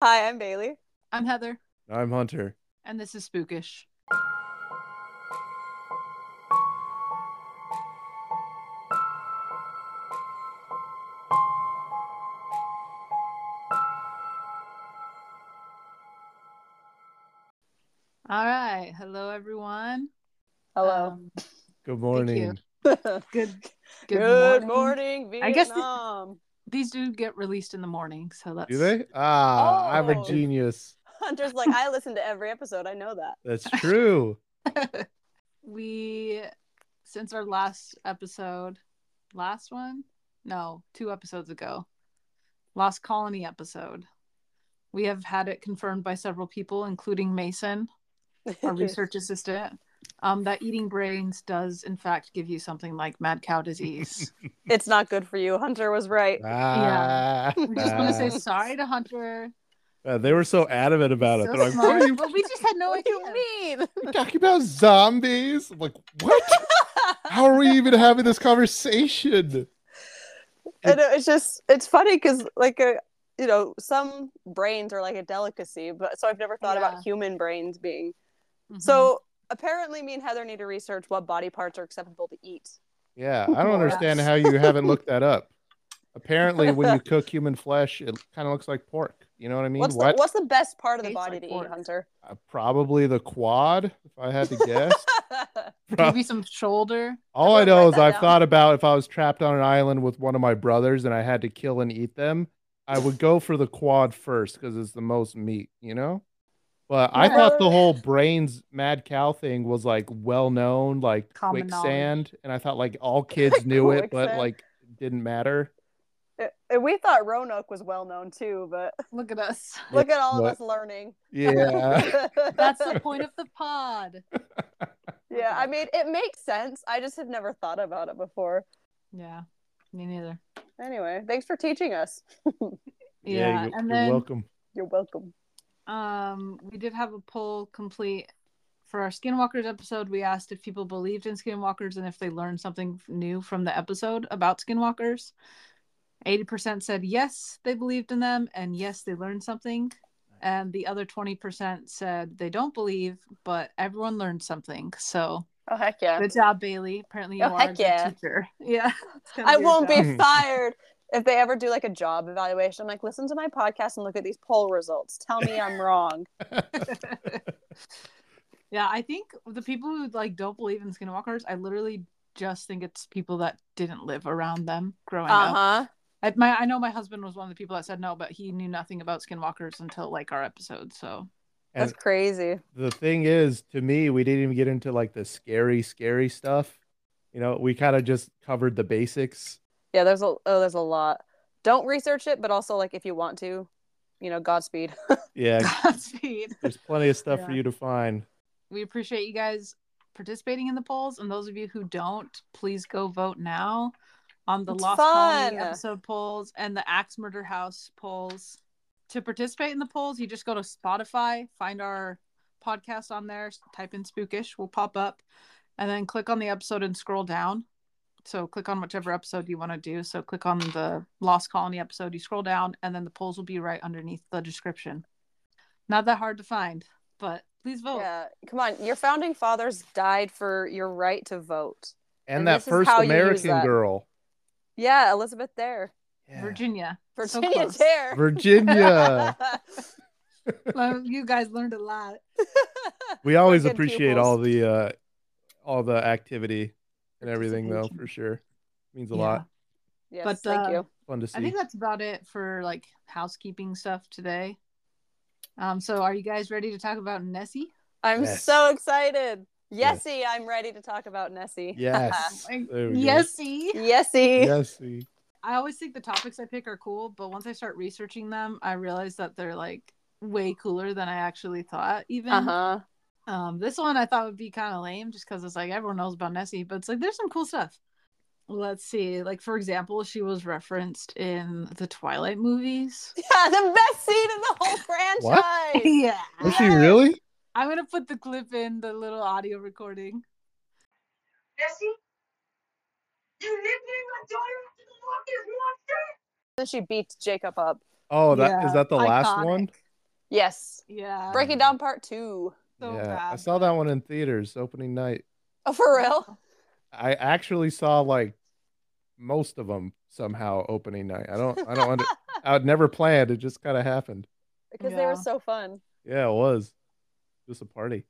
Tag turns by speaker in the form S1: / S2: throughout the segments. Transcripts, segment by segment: S1: Hi, I'm Bailey.
S2: I'm Heather,
S3: I'm Hunter.
S2: and this is Spookish. All right. Hello, everyone.
S1: Hello.
S2: Um,
S3: Good morning.
S1: Um, good,
S2: good- good
S1: morning.
S2: I guess-
S1: Vietnam.
S2: these do get released in the morning, so that's
S3: Do they? Ah, I'm
S1: Oh.
S3: a genius.
S1: Hunter's like, I listen to every episode. I know that.
S3: That's true.
S2: we since our last episode last one no two episodes ago lost colony episode we have had it confirmed by several people including mason our research assistant um, that eating brains does in fact give you something like mad cow disease
S1: It's not good for you. Hunter was right.
S3: Ah.
S2: we just want to say sorry to hunter
S3: Uh, they were so adamant about it.
S2: so
S3: They're like, what are
S2: smart,
S3: you
S2: but we just had no
S1: what do
S2: idea
S1: you mean?
S3: talking about zombies? I'm like, what? How are we even having this conversation?
S1: and it's just, it's funny because, like, a, you know, some brains are like a delicacy, but so I've never thought
S2: Yeah.
S1: about human brains being.
S2: Mhm.
S1: So apparently, me and Heather need to research what body parts are acceptable to eat.
S3: Yeah, I don't
S2: Yes.
S3: understand how you haven't looked that up. Apparently, when you cook human flesh, it kind of looks like pork. You know what I mean?
S1: What's the,
S3: what?
S1: what's the best part of the
S2: Tastes
S1: body
S2: like
S1: to eat,
S2: pork.
S1: Hunter?
S3: Uh, probably the quad, if I had to guess.
S1: Uh,
S3: Prob-
S2: maybe some shoulder
S3: All I
S1: Everyone write
S3: know is
S1: that
S3: I've
S1: down.
S3: thought about if I was trapped on an island with one of my brothers and I had to kill and eat them, I would go for the quad first because it's the most meat, you know? But I thought the
S1: Yeah.
S3: whole brains mad cow thing was like well known, like
S2: Common
S3: quicksand. And I thought like all kids knew it, but
S1: Quicksand.
S3: like didn't matter.
S1: And we thought Roanoke was well known too, but
S2: look at us
S1: look at all of
S3: What?
S1: us learning.
S3: Yeah.
S2: that's the point of the pod
S1: yeah, I mean, it makes sense. I just had never thought about it before.
S2: yeah me neither
S1: Anyway, thanks for teaching us.
S2: Yeah,
S3: you-
S2: and
S3: you're
S2: then
S3: welcome.
S1: You're welcome.
S2: um we did have a poll complete for our Skinwalkers episode. We asked if people believed in Skinwalkers and if they learned something new from the episode about Skinwalkers. 80% said yes, they believed in them and yes, they learned something. And the other 20% said they don't believe, but everyone learned something. So
S1: Oh heck yeah!
S2: good job, Bailey. Apparently you
S1: Oh,
S2: are
S1: heck
S2: a good
S1: yeah.
S2: teacher. Yeah. It's gonna
S1: I
S2: your
S1: won't
S2: job.
S1: be fired if they ever do like a job evaluation. I'm like, listen to my podcast and look at these poll results. Tell me I'm wrong.
S2: yeah, I think the people who like don't believe in skinwalkers, I literally just think it's people that didn't live around them growing
S1: Uh
S2: up.
S1: huh.
S2: I, my, I know my husband was one of the people that said no, but he knew nothing about skinwalkers until like our episode. So
S1: That's
S3: And-
S1: crazy.
S3: the thing is to me we didn't even get into like the scary scary stuff you know we kind of just covered the basics
S1: Yeah, there's a oh, there's a lot. Don't research it, but also like if you want to, you know, Godspeed.
S3: yeah
S2: Godspeed.
S3: there's plenty of stuff for
S2: Yeah.
S3: you to find
S2: We appreciate you guys participating in the polls, and those of you who don't, please go vote now on the
S1: It's
S2: Lost Colony
S1: fun.
S2: episode polls and the Axe Murder House polls. To participate in the polls, you just go to Spotify, find our podcast on there, type in Spookish, will pop up, and then click on the episode and scroll down. So click on whichever episode you want to do. So click on the Lost Colony episode, you scroll down, and then the polls will be right underneath the description. Not that hard to find, but please vote.
S1: Yeah, come on. Your founding fathers died for your right to vote.
S3: and,
S1: And
S3: that
S1: this is
S3: first
S1: how you use
S3: american
S1: that.
S3: girl
S1: Yeah, Elizabeth Dare.
S3: Yeah.
S2: Virginia. So
S1: Virginia
S2: close.
S1: Dare.
S3: virginia
S2: Well, you guys learned a lot.
S3: we always
S1: Wicked
S3: appreciate
S1: pupils.
S3: all the uh all the activity and everything though
S2: Participation.
S3: for sure means a
S2: Yeah.
S3: lot
S1: yes,
S2: But,
S1: thank
S2: uh,
S1: you.
S3: fun to see
S2: I think that's about it for like housekeeping stuff today. Um, so are you guys ready to talk about Nessie?
S1: I'm
S3: Yes.
S1: so excited.
S3: Yes.
S1: Yessie, I'm ready to talk about Nessie.
S3: yes There we go.
S2: Yessie.
S1: Yessie.
S3: yes see.
S2: I always think the topics I pick are cool, but once I start researching them, I realize that they're like way cooler than I actually thought. Even
S1: Uh huh.
S2: um, this one I thought would be kind of lame, just because it's like everyone knows about Nessie, but it's like there's some cool stuff. Let's see. Like for example, she was referenced in the Twilight movies.
S1: Yeah, the best scene in the whole franchise.
S2: yeah.
S3: was she really
S2: I'm gonna put the clip in the little audio recording.
S4: Jesse? You nicknamed my daughter after the luckiest monster?
S1: Then she beats Jacob up.
S3: oh that is
S2: Yeah,
S3: that the last one
S2: Iconic.
S1: Yes.
S2: Yeah.
S3: Break-
S1: Breaking down part two.
S2: So
S3: yeah, I
S2: bad.
S3: saw that one in theaters opening night.
S1: Oh, for real?
S3: I actually saw like most of them somehow opening night. I don't. I don't. Under- I'd never planned. It just kind of happened.
S1: Because they were
S2: Yeah.
S1: so fun.
S3: Yeah, it was just a party.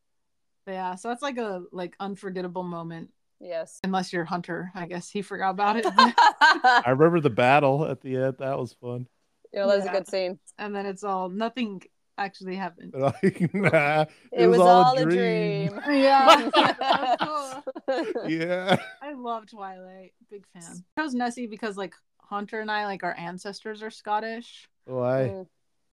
S2: Yeah. So that's like a like unforgettable moment.
S1: Yes.
S2: Unless you're Hunter, I guess he forgot about it.
S1: you know,
S3: I remember the battle at the end. That was fun.
S1: that was
S2: Yeah.
S1: a good scene.
S2: and then it's all nothing actually happened.
S3: But like, nah,
S1: It, was, all a dream.
S2: Yeah.
S3: yeah.
S2: I love Twilight. Big fan. I chose Nessie because like Hunter and I, like our ancestors are Scottish.
S3: Why?
S1: Mm.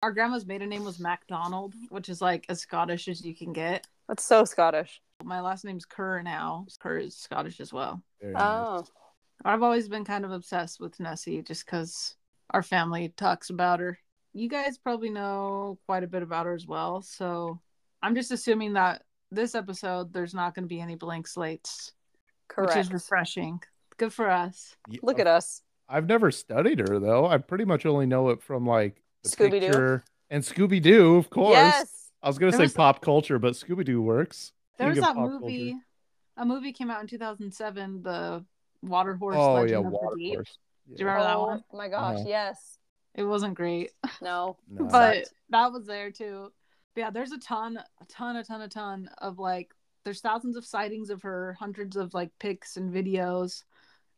S2: Our grandma's maiden name was MacDonald, which is like as Scottish as you can get.
S1: That's so Scottish.
S2: My last name's Kerr now. Kerr is Scottish as well.
S3: Very nice.
S1: Oh.
S2: I've always been kind of obsessed with Nessie just because our family talks about her. You guys probably know quite a bit about her as well. So I'm just assuming that this episode, there's not going to be any blank slates, which
S1: Correct.
S2: is refreshing. Good for us.
S3: Yeah,
S1: Look at us.
S3: I've never studied her though. I pretty much only know it from like the
S1: Scooby-Doo.
S3: picture and Scooby Doo, of course.
S1: Yes.
S3: I was gonna
S2: There
S3: say
S2: was-
S3: pop culture, but Scooby Doo works.
S2: There was
S3: Speaking
S2: that
S3: of pop
S2: movie. A movie came out in 2007, the Water Horse
S3: Oh
S2: Legend
S3: yeah,
S2: of
S3: water
S2: the Deep.
S3: horse. Yeah.
S2: Do you remember that
S1: Oh,
S2: one?
S1: my gosh.
S3: Uh-huh.
S1: Yes.
S2: It wasn't great,
S1: No.
S3: No.
S2: but that was there too. But yeah, there's a ton, a ton, a ton, a ton of like, there's thousands of sightings of her, hundreds of like pics and videos,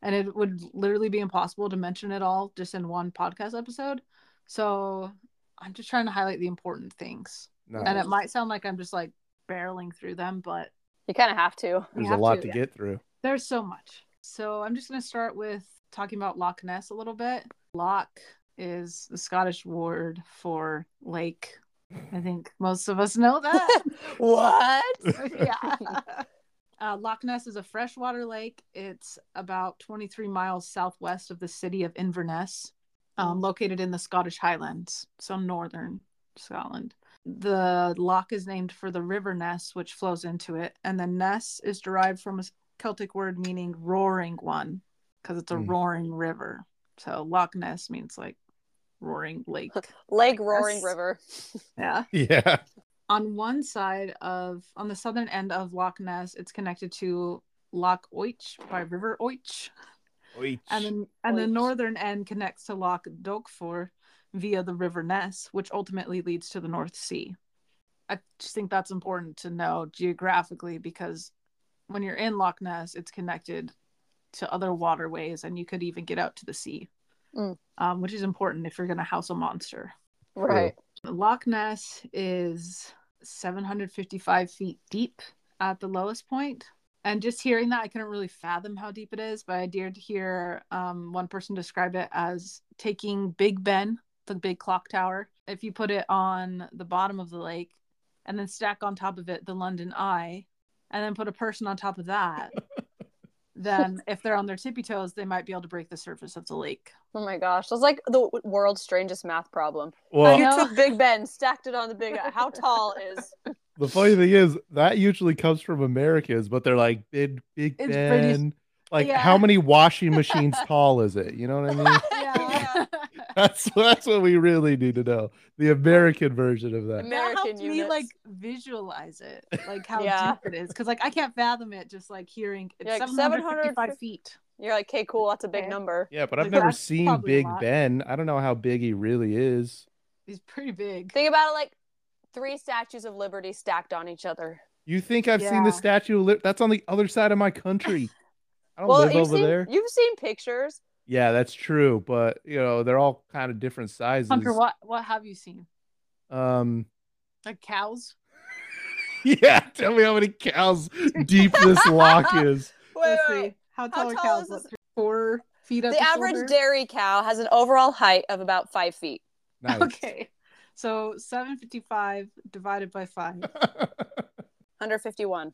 S2: and it would literally be impossible to mention it all just in one podcast episode. So I'm just trying to highlight the important things,
S3: No.
S2: and it might sound like I'm just like barreling through them, but
S1: You kind of have to.
S2: we
S3: there's a
S2: have
S3: lot
S2: to,
S3: to,
S2: yeah.
S3: get through.
S2: There's so much. So I'm just going to start with talking about Loch Ness a little bit. Loch is the Scottish word for lake. I think most of us know that.
S1: what?
S2: yeah. Uh, Loch Ness is a freshwater lake. It's about 23 miles southwest of the city of Inverness, um, located in the Scottish Highlands, so northern Scotland. The loch is named for the river Ness, which flows into it, and the Ness is derived from a Celtic word meaning roaring one, because it's a
S3: Mm.
S2: roaring river. So Loch Ness means like roaring lake.
S1: Lake Roaring
S2: Yes.
S1: River.
S2: yeah
S3: Yeah.
S2: on one side of on the southern end of Loch Ness, it's connected to Loch Oich by River Oich, and then and the
S1: Oich.
S2: northern end connects to Loch Dokfor via the River Ness, which ultimately leads to the North Sea. I just think that's important to know geographically because when you're in Loch Ness, it's connected to other waterways, and you could even get out to the sea,
S1: Mm.
S2: um, which is important if you're going to house a monster.
S1: Right.
S2: Loch Ness is 755 feet deep at the lowest point. And just hearing that, I couldn't really fathom how deep it is, but I dared to hear um, one person describe it as taking Big Ben, the big clock tower. If you put it on the bottom of the lake and then stack on top of it the London Eye, and then put a person on top of that, then if they're on their tippy toes, they might be able to break the surface of the lake.
S1: Oh my gosh. That's like the world's strangest math problem.
S3: Well,
S1: you
S2: know.
S1: took Big Ben, stacked it on the big. How tall is?
S3: the funny thing is that usually comes from Americans, but they're like big, big
S2: It's
S3: Ben.
S2: British.
S3: Like,
S2: Yeah.
S3: how many washing machines tall is it? You know what I mean?
S1: Yeah.
S3: That's that's what we really need to know. The American version of that.
S1: American
S2: that helped me
S1: units.
S2: like visualize it, like how
S1: Yeah.
S2: deep it is, because like I can't fathom it just like hearing it's
S1: You're like,
S2: 755 feet.
S1: You're like, okay, cool. That's a big
S2: Okay.
S1: number.
S3: Yeah, but I've
S2: Like,
S3: never
S2: that's
S3: seen
S2: probably a
S3: Big
S2: lot.
S3: Ben. I don't know how big he really is.
S2: It's pretty big.
S1: Think about it like three statues of liberty stacked on each other.
S3: You think I've seen the
S2: Yeah.
S3: Statue of Liberty? That's on the other side of my country. I don't live
S1: you've
S3: over
S1: seen
S3: there.
S1: you've seen pictures.
S3: Yeah, that's true, but you know they're all kind of different sizes.
S2: Hunter, what what have you seen?
S3: Um,
S2: Like cows?
S3: yeah, tell me how many cows deep this lock is.
S1: Wait,
S2: Let's
S1: wait,
S2: see.
S1: wait.
S2: How tall are
S1: tall
S2: cows?
S1: is
S2: What,
S1: this-
S2: three, four feet up
S1: The average dairy cow has an overall height of about five feet.
S3: Nice.
S2: Okay. So 755 divided by five.
S1: 151.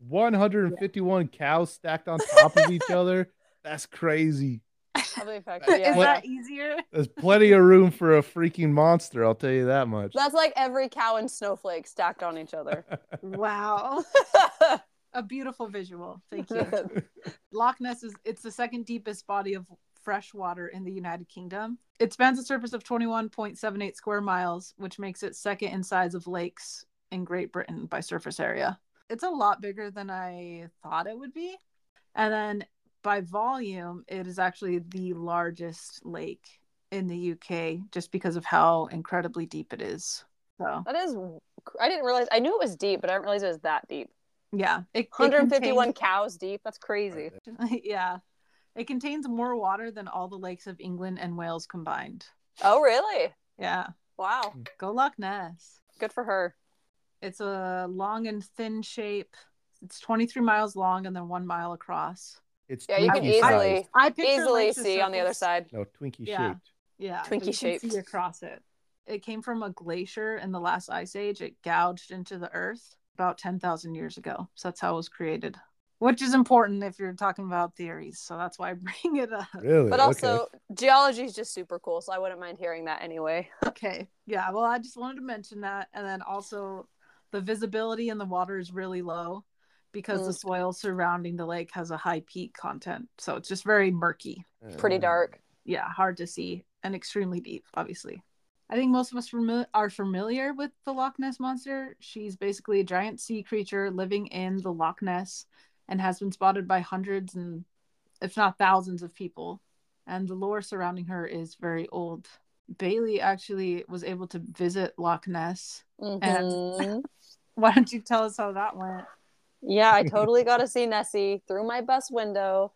S3: 151 cows stacked on top of each other. That's crazy.
S1: Probably
S3: Yeah.
S2: Is
S1: yeah.
S2: that easier?
S3: There's plenty of room for a freaking monster. I'll tell you that much.
S1: That's like every cow and snowflake stacked on each other.
S2: Wow. A beautiful visual. Thank you. Loch Ness is it's the second deepest body of fresh water in the United Kingdom. It spans a surface of 21.78 square miles, which makes it second in size of lakes in Great Britain by surface area. It's a lot bigger than I thought it would be. And then by volume, it is actually the largest lake in the UK just because of how incredibly deep it is. So,
S1: That is, I didn't realize. I knew it was deep, but I didn't realize it was that deep.
S2: yeah, it, it
S1: 151 cows deep. That's crazy.
S2: contains- yeah. It contains more water than all the lakes of England and Wales combined.
S1: Oh, really?
S2: Yeah.
S1: Wow.
S2: Go Loch Ness.
S1: Good for her.
S2: It's a long and thin shape. It's 23 miles long and then one mile across.
S3: It's
S1: Yeah, you can
S3: Twinkie sized.
S1: easily
S2: I picture
S1: easily
S2: lakes as
S1: see on the other
S2: circles.
S1: side.
S3: No, Twinkie
S2: Yeah.
S3: shaped.
S2: Yeah,
S1: Twinkie
S2: but you can
S1: shaped.
S2: see across it. It came from a glacier in the last ice age. It gouged into the earth about 10,000 years ago. So that's how it was created, which is important if you're talking about theories. So that's why I bring it up.
S3: Really?
S1: But
S3: Okay.
S1: also, geology is just super cool, so I wouldn't mind hearing that anyway.
S2: Okay. Yeah. Well, I just wanted to mention that. And then also, the visibility in the water is really low because the soil surrounding the lake has a high peat content. So it's just very murky.
S1: Pretty
S3: Uh,
S1: dark.
S2: yeah, hard to see and extremely deep, obviously. I think most of us fami- are familiar with the Loch Ness monster. She's basically a giant sea creature living in the Loch Ness and has been spotted by hundreds and if not thousands of people. And the lore surrounding her is very old. Bailey actually was able to visit Loch Ness.
S3: Mm-hmm.
S1: Mhm.
S2: Why don't you tell us how that went?
S1: yeah, I totally got to see Nessie through my bus window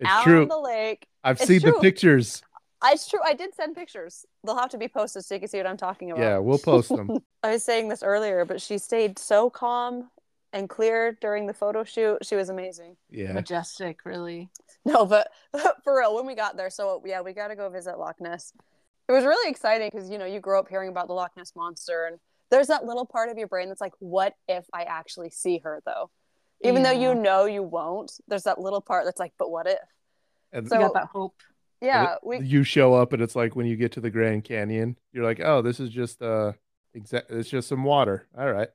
S3: It's
S1: out
S3: true.
S1: on the lake.
S3: I've
S1: it's
S3: seen the
S1: true.
S3: pictures.
S1: I- It's true. I did send pictures. They'll have to be posted so you can see what I'm talking about.
S3: Yeah, we'll post them.
S1: I was saying this earlier, but she stayed so calm and clear during the photo shoot. She was amazing.
S3: Yeah.
S2: Majestic, really.
S1: No, but for real, when we got there, so yeah, we got to go visit Loch Ness. It was really exciting because you know you grow up hearing about the Loch Ness monster, and there's that little part of your brain that's like, "What if I actually see her?" Though, even though
S2: Yeah.
S1: you know you won't, there's that little part that's like, "But what if?"
S3: And
S1: So-
S2: you got that hope.
S1: Yeah, we
S3: you show up and it's like when you get to the Grand Canyon, you're like, "Oh, this is just uh exact it's just some water." All right.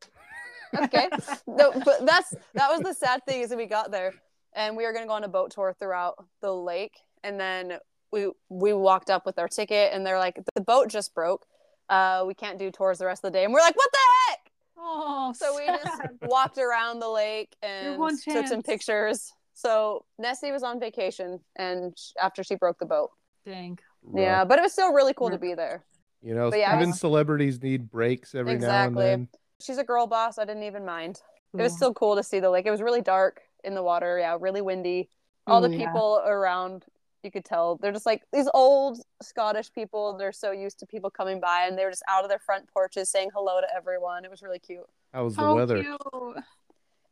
S1: okay. no, but that's that was the sad thing is that we got there and we were gonna go on a boat tour throughout the lake and then we we walked up with our ticket and they're like the boat just broke. Uh, we can't do tours the rest of the day and we're like, what the heck?
S2: Oh,
S1: So we just walked around the lake and
S2: one
S1: took some
S2: chance.
S1: pictures. So Nessie was on vacation and sh- after she broke the boat.
S2: dang.
S1: Yeah, but it was still really cool to
S2: Rip.
S1: be there.
S3: You know,
S1: But yeah, I
S3: even
S1: was-
S3: celebrities need breaks every
S1: Exactly.
S3: now and then.
S1: She's a girl boss. I didn't even mind. It was
S2: Cool.
S1: still cool to see the lake. It was really dark in the water. Yeah, really windy. All the
S2: Ooh, Mm, yeah.
S1: people around, you could tell they're just like these old Scottish people. They're so used to people coming by, and they were just out of their front porches saying hello to everyone. It was really cute.
S3: How was the
S2: How
S3: weather?
S2: cute.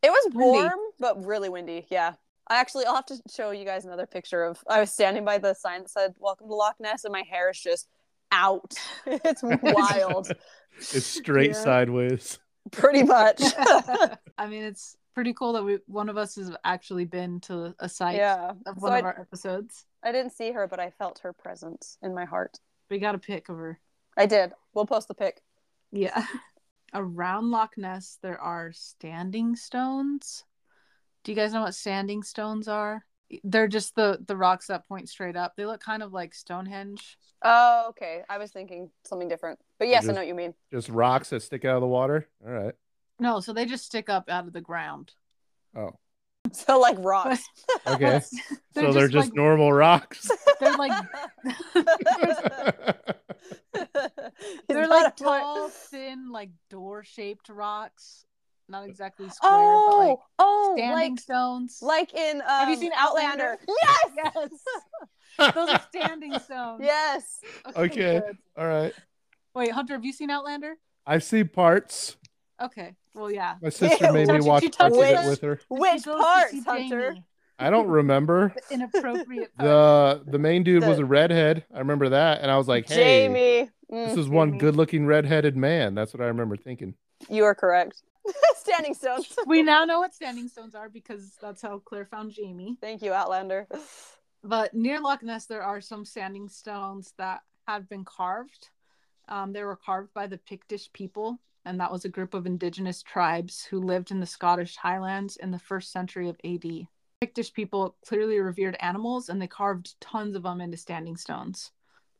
S1: It was
S2: Windy.
S1: warm, but really windy. Yeah. I actually, I'll have to show you guys another picture of. I was standing by the sign that said "Welcome to Loch Ness," and my hair is just out. It's wild,
S3: It's straight
S2: Yeah.
S3: sideways.
S1: pretty much.
S2: I mean, it's pretty cool that we one of us has actually been to a site
S1: yeah.
S2: of
S1: So
S2: one of
S1: I,
S2: our episodes.
S1: I didn't see her, but I felt her presence in my heart.
S2: We got a pic of her.
S1: I did. We'll post the pic.
S2: Yeah. Around Loch Ness, there are standing stones. Do you guys know what standing stones are? They're just the the rocks that point straight up. They look kind of like Stonehenge.
S1: Oh, okay. I was thinking something different. But yes, I
S3: just-
S1: know what you mean.
S3: Just rocks that stick out of the water. All right.
S2: No, so they just stick up out of the ground.
S3: Oh.
S1: So like rocks.
S3: Okay. so they're just
S2: like,
S3: normal rocks.
S2: they're like They're
S1: Is that a
S2: like
S1: word?
S2: tall, thin, like door shaped rocks. Not exactly square,
S1: Oh,
S2: but
S1: oh,
S2: like standing
S1: like
S2: stones.
S1: like in um,
S2: Have you seen Outlander?
S1: Yes.
S2: yes. Those are standing stones.
S1: yes.
S3: Okay.
S2: good.
S3: All right.
S2: Wait, Hunter, have you seen Outlander?
S3: I've seen parts.
S2: Okay. Well, yeah.
S3: My sister
S1: Ew.
S3: made me
S2: Don't you
S3: watch
S2: touch
S3: parts of
S1: it.
S3: it with her.
S1: Which
S2: She goes to
S1: parts,
S2: see
S1: Hunter?
S2: Jamie.
S3: I don't remember.
S2: The inappropriate part.
S3: The the main dude was
S1: The-
S3: a redhead. I remember that. And I was like, hey,
S1: Jamie.
S3: this
S1: Mm,
S3: is one
S2: Jamie.
S3: good looking redheaded man. That's what I remember thinking.
S1: you are correct. Standing stones.
S2: We now know what standing stones are because that's how Claire found Jamie.
S1: Thank you, Outlander.
S2: but near Loch Ness, there are some standing stones that have been carved. Um, they were carved by the Pictish people, and that was a group of indigenous tribes who lived in the Scottish Highlands in the first century of AD. Pictish people clearly revered animals and they carved tons of them into standing stones.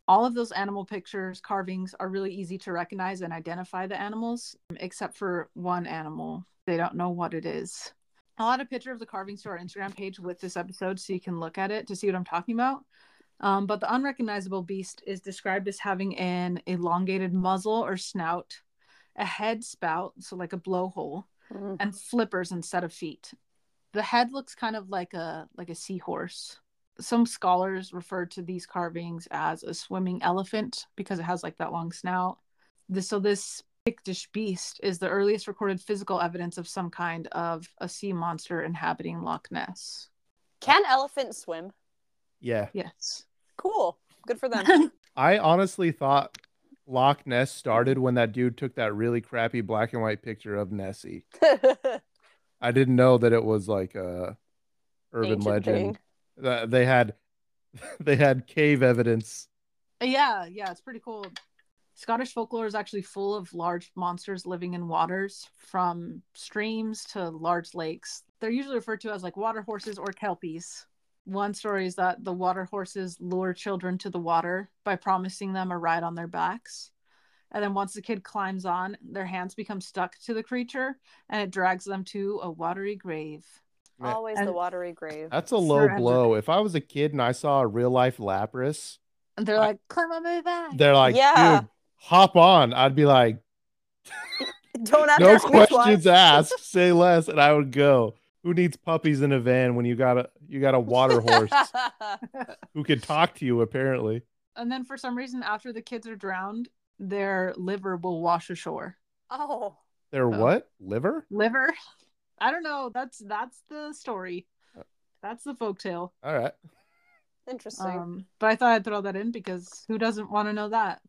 S2: All of those animal pictures, carvings are really easy to recognize and identify the animals, except for one animal. They don't know what it is. I'll add a picture of the carvings to our Instagram page with this episode so you can look at it to see what I'm talking about. Um, but the unrecognizable beast is described as having an elongated muzzle or snout, a head spout, so like a blowhole,
S1: Mm.
S2: and flippers instead of feet. The head looks kind of like a like a seahorse. Some scholars refer to these carvings as a swimming elephant because it has like that long snout. This, so this Pictish beast is the earliest recorded physical evidence of some kind of a sea monster inhabiting Loch Ness.
S1: Can elephants swim?
S3: Yeah.
S2: Yes.
S1: Cool. Good for them.
S3: I honestly thought Loch Ness started when that dude took that really crappy black and white picture of Nessie. I didn't know that it was like a urban
S1: Ancient
S3: legend. That They had they had cave evidence.
S2: Yeah, yeah, it's pretty cool. Scottish folklore is actually full of large monsters living in waters, from streams to large lakes. They're usually referred to as like water horses or kelpies. One story is that the water horses lure children to the water by promising them a ride on their backs. And then once the kid climbs on, their hands become stuck to the creature and it drags them to a watery grave.
S3: Yeah.
S1: Always the
S2: And-
S1: watery grave.
S3: That's a low
S2: Forever.
S3: blow. If I was a kid and I saw a real life Lapras,
S2: And they're
S3: I-
S2: like, climb on my back.
S3: they're like,
S1: Yeah.
S3: dude, hop on. I'd be like,
S1: Don't have to
S3: no
S1: ask me
S3: questions
S1: twice.
S3: asked, say less, and I would go. Who needs puppies in a van when you got a you got a water horse who can talk to you apparently?
S2: And then for some reason, after the kids are drowned, their liver will wash ashore.
S1: oh.
S3: Their
S2: Oh.
S3: what? Liver?
S2: Liver? I don't know. That's that's the story. That's the folktale.
S3: All right.
S1: Interesting.
S2: Um, but I thought I'd throw that in because who doesn't want to know that?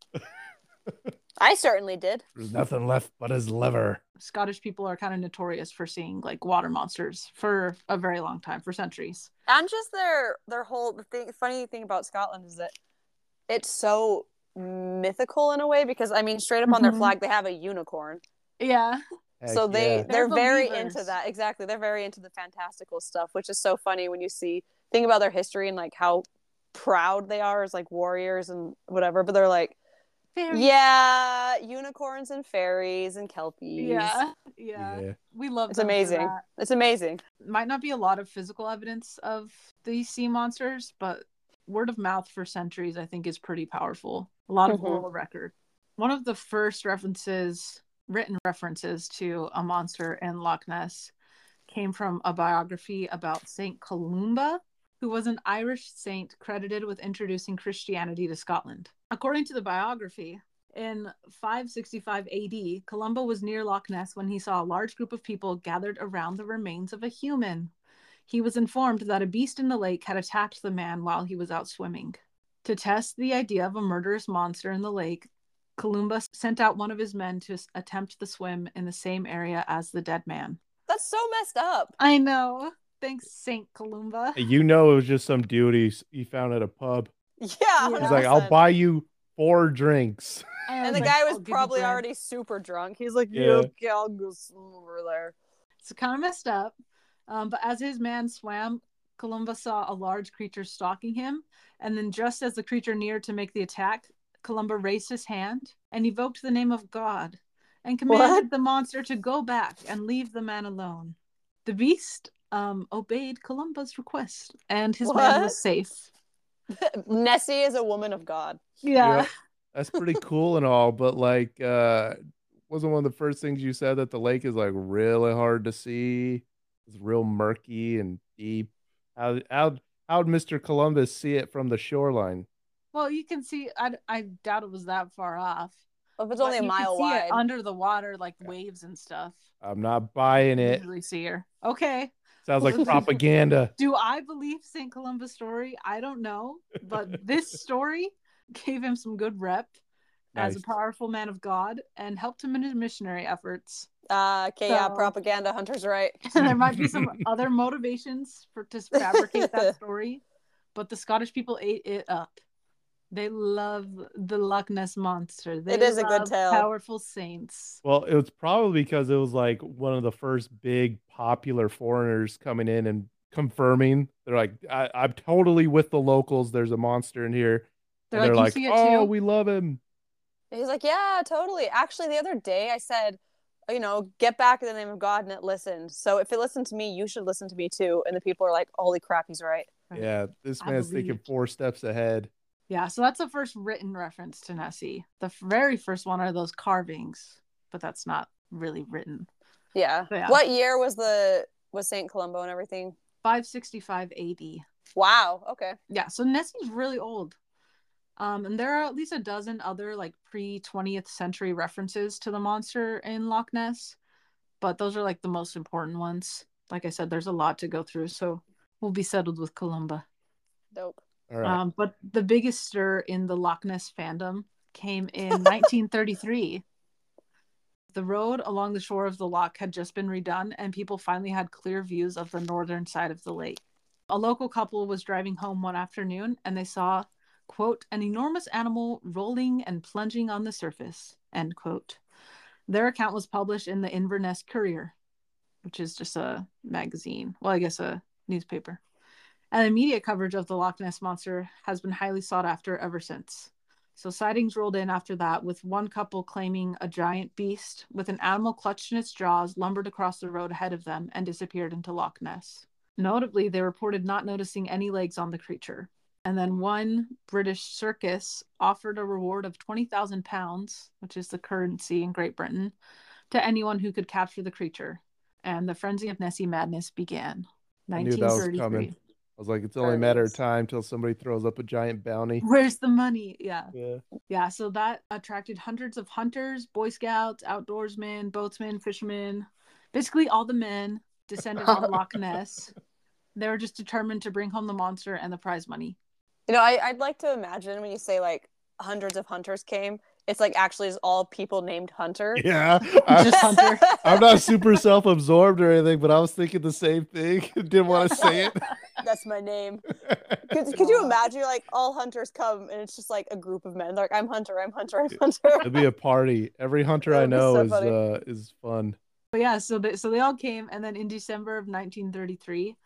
S1: I certainly did.
S3: There's nothing left but his liver.
S2: Scottish people are kind of notorious for seeing like water monsters for a very long time, for centuries.
S1: And just their their whole the thing, funny thing about Scotland is that it's so mythical in a way because I mean straight up on their
S2: Mhm.
S1: flag they have a unicorn.
S2: Yeah.
S1: so
S3: Heck
S1: they
S3: yeah.
S1: they're,
S2: They're
S1: very
S2: believers.
S1: into that. Exactly. They're very into the fantastical stuff, which is so funny when you see think about their history and like how proud they are as like warriors and whatever, but they're like, yeah, unicorns and fairies and kelpies.
S2: Yeah. Yeah. We love
S1: It's
S2: them for
S1: amazing.
S2: that.
S1: It's amazing.
S2: Might not be a lot of physical evidence of these sea monsters, but word of mouth for centuries, I think, is pretty powerful. A lot
S1: Mhm.
S2: of oral record. One of the first references, written references to a monster in Loch Ness, came from a biography about Saint Columba, who was an Irish saint credited with introducing Christianity to Scotland. According to the biography, in 565 AD, Columba was near Loch Ness when he saw a large group of people gathered around the remains of a human. He was informed that a beast in the lake had attacked the man while he was out swimming. To test the idea of a murderous monster in the lake, Columba sent out one of his men to s- attempt the swim in the same area as the dead man.
S1: That's so messed up.
S2: I know. Thanks, Saint Columba.
S3: You know it was just some dude he, s- he found at a pub.
S1: Yeah.
S3: He's
S2: Yeah.
S3: like, I'll
S1: 100%.
S3: buy you four drinks.
S1: And
S2: was
S1: the
S2: like,
S1: guy
S2: "I'll
S1: was
S2: give you
S1: probably
S2: bread."
S1: already super drunk. He's like,
S3: Yeah.
S1: yeah, okay, I'll go swim over there.
S2: It's kind of messed up. Um, but as his man swam, Columba saw a large creature stalking him. And then, just as the creature neared to make the attack, Columba raised his hand and evoked the name of God and commanded
S1: What?
S2: the monster to go back and leave the man alone. The beast um, obeyed Columba's request, and his man
S1: What?
S2: was safe.
S1: Nessie is a woman of God.
S2: Yeah.
S3: Yeah. That's pretty cool and all, but like, uh, wasn't one of the first things you said that the lake is like really hard to see? It's real murky and deep. How how how'd Mr. Columbus see it from the shoreline?
S2: Well, you can see, I, I doubt it was that far off.
S1: If it's
S2: But
S1: only a
S2: you could
S1: mile
S2: see it
S1: wide.
S2: under the water, like waves and stuff.
S3: I'm not buying
S2: You
S3: it.
S2: Usually see her. Okay.
S3: Sounds like propaganda.
S2: Do I believe St. Columba's story? I don't know, but this story gave him some good rep as
S3: Nice.
S2: a powerful man of God and helped him in his missionary efforts.
S1: uh, okay, yeah,
S2: So-
S1: propaganda hunter's right.
S2: And there might be some other motivations for to fabricate that story, but the Scottish people ate it up. They love the Loch Ness monster. They
S1: It is a good
S2: love
S1: tale.
S2: Powerful saints.
S3: Well, it was probably because it was like one of the first big popular foreigners coming in and confirming. They're like, I, I'm totally with the locals. There's a monster in here.
S2: They're
S3: and
S2: like, "You see
S3: they're like,
S2: it
S3: oh,
S2: too?"
S3: we love him.
S1: He's like, yeah, totally. Actually, the other day I said, you know, get back in the name of God, and it listened. So if it listened to me, you should listen to me too. And the people are like, holy crap, he's right.
S2: Right.
S3: Yeah, this
S2: I
S3: man's thinking
S2: believed.
S3: four steps ahead.
S2: Yeah, so that's the first written reference to Nessie. The f- very first one are those carvings, but that's not really written.
S1: Yeah.
S2: Yeah.
S1: What year was the was Saint Columbo and everything?
S2: 565 AD.
S1: Wow. Okay.
S2: Yeah, so Nessie's really old. Um, and there are at least a dozen other like pre 20th century references to the monster in Loch Ness, but those are like the most important ones. Like I said, there's a lot to go through, so we'll be settled with Columba.
S1: Dope.
S3: All right.
S2: Um, but the biggest stir in the Loch Ness fandom came in 1933. The road along the shore of the loch had just been redone, and people finally had clear views of the northern side of the lake. A local couple was driving home one afternoon and they saw, quote, an enormous animal rolling and plunging on the surface, end quote. Their account was published in the Inverness Courier, which is just a magazine. Well, I guess a newspaper. And the media coverage of the Loch Ness monster has been highly sought after ever since. So sightings rolled in after that, with one couple claiming a giant beast with an animal clutched in its jaws lumbered across the road ahead of them and disappeared into Loch Ness. Notably, they reported not noticing any legs on the creature. And then one British circus offered a reward of 20,000 pounds, which is the currency in Great Britain, to anyone who could capture the creature. And the frenzy of Nessie madness began.
S3: I knew that was
S2: 1933.
S3: coming. I was like, it's only a matter of
S1: Perfect.
S3: time till somebody throws up a giant bounty.
S2: Where's the money? Yeah.
S3: Yeah.
S2: Yeah. So that attracted hundreds of hunters, Boy Scouts, outdoorsmen, boatsmen, fishermen, basically all the men descended on Loch Ness. They were just determined to bring home the monster and the prize money.
S1: You know, I, I'd like to imagine when you say like hundreds of hunters came, it's like actually is all people named Hunter.
S3: Yeah. I,
S2: Just Hunter.
S3: I'm not super self absorbed or anything, but I was thinking the same thing. Didn't want to say
S1: That's my name.
S3: it.
S1: Could, could you imagine like all hunters come and it's just like a group of men? They're like, I'm Hunter, I'm Hunter, I'm Hunter.
S3: It'd be a party. Every hunter I
S1: That'd be
S3: know
S1: so
S3: is
S1: funny.
S3: uh, is fun.
S2: But yeah, so they, so they all came, and then in December of 1933,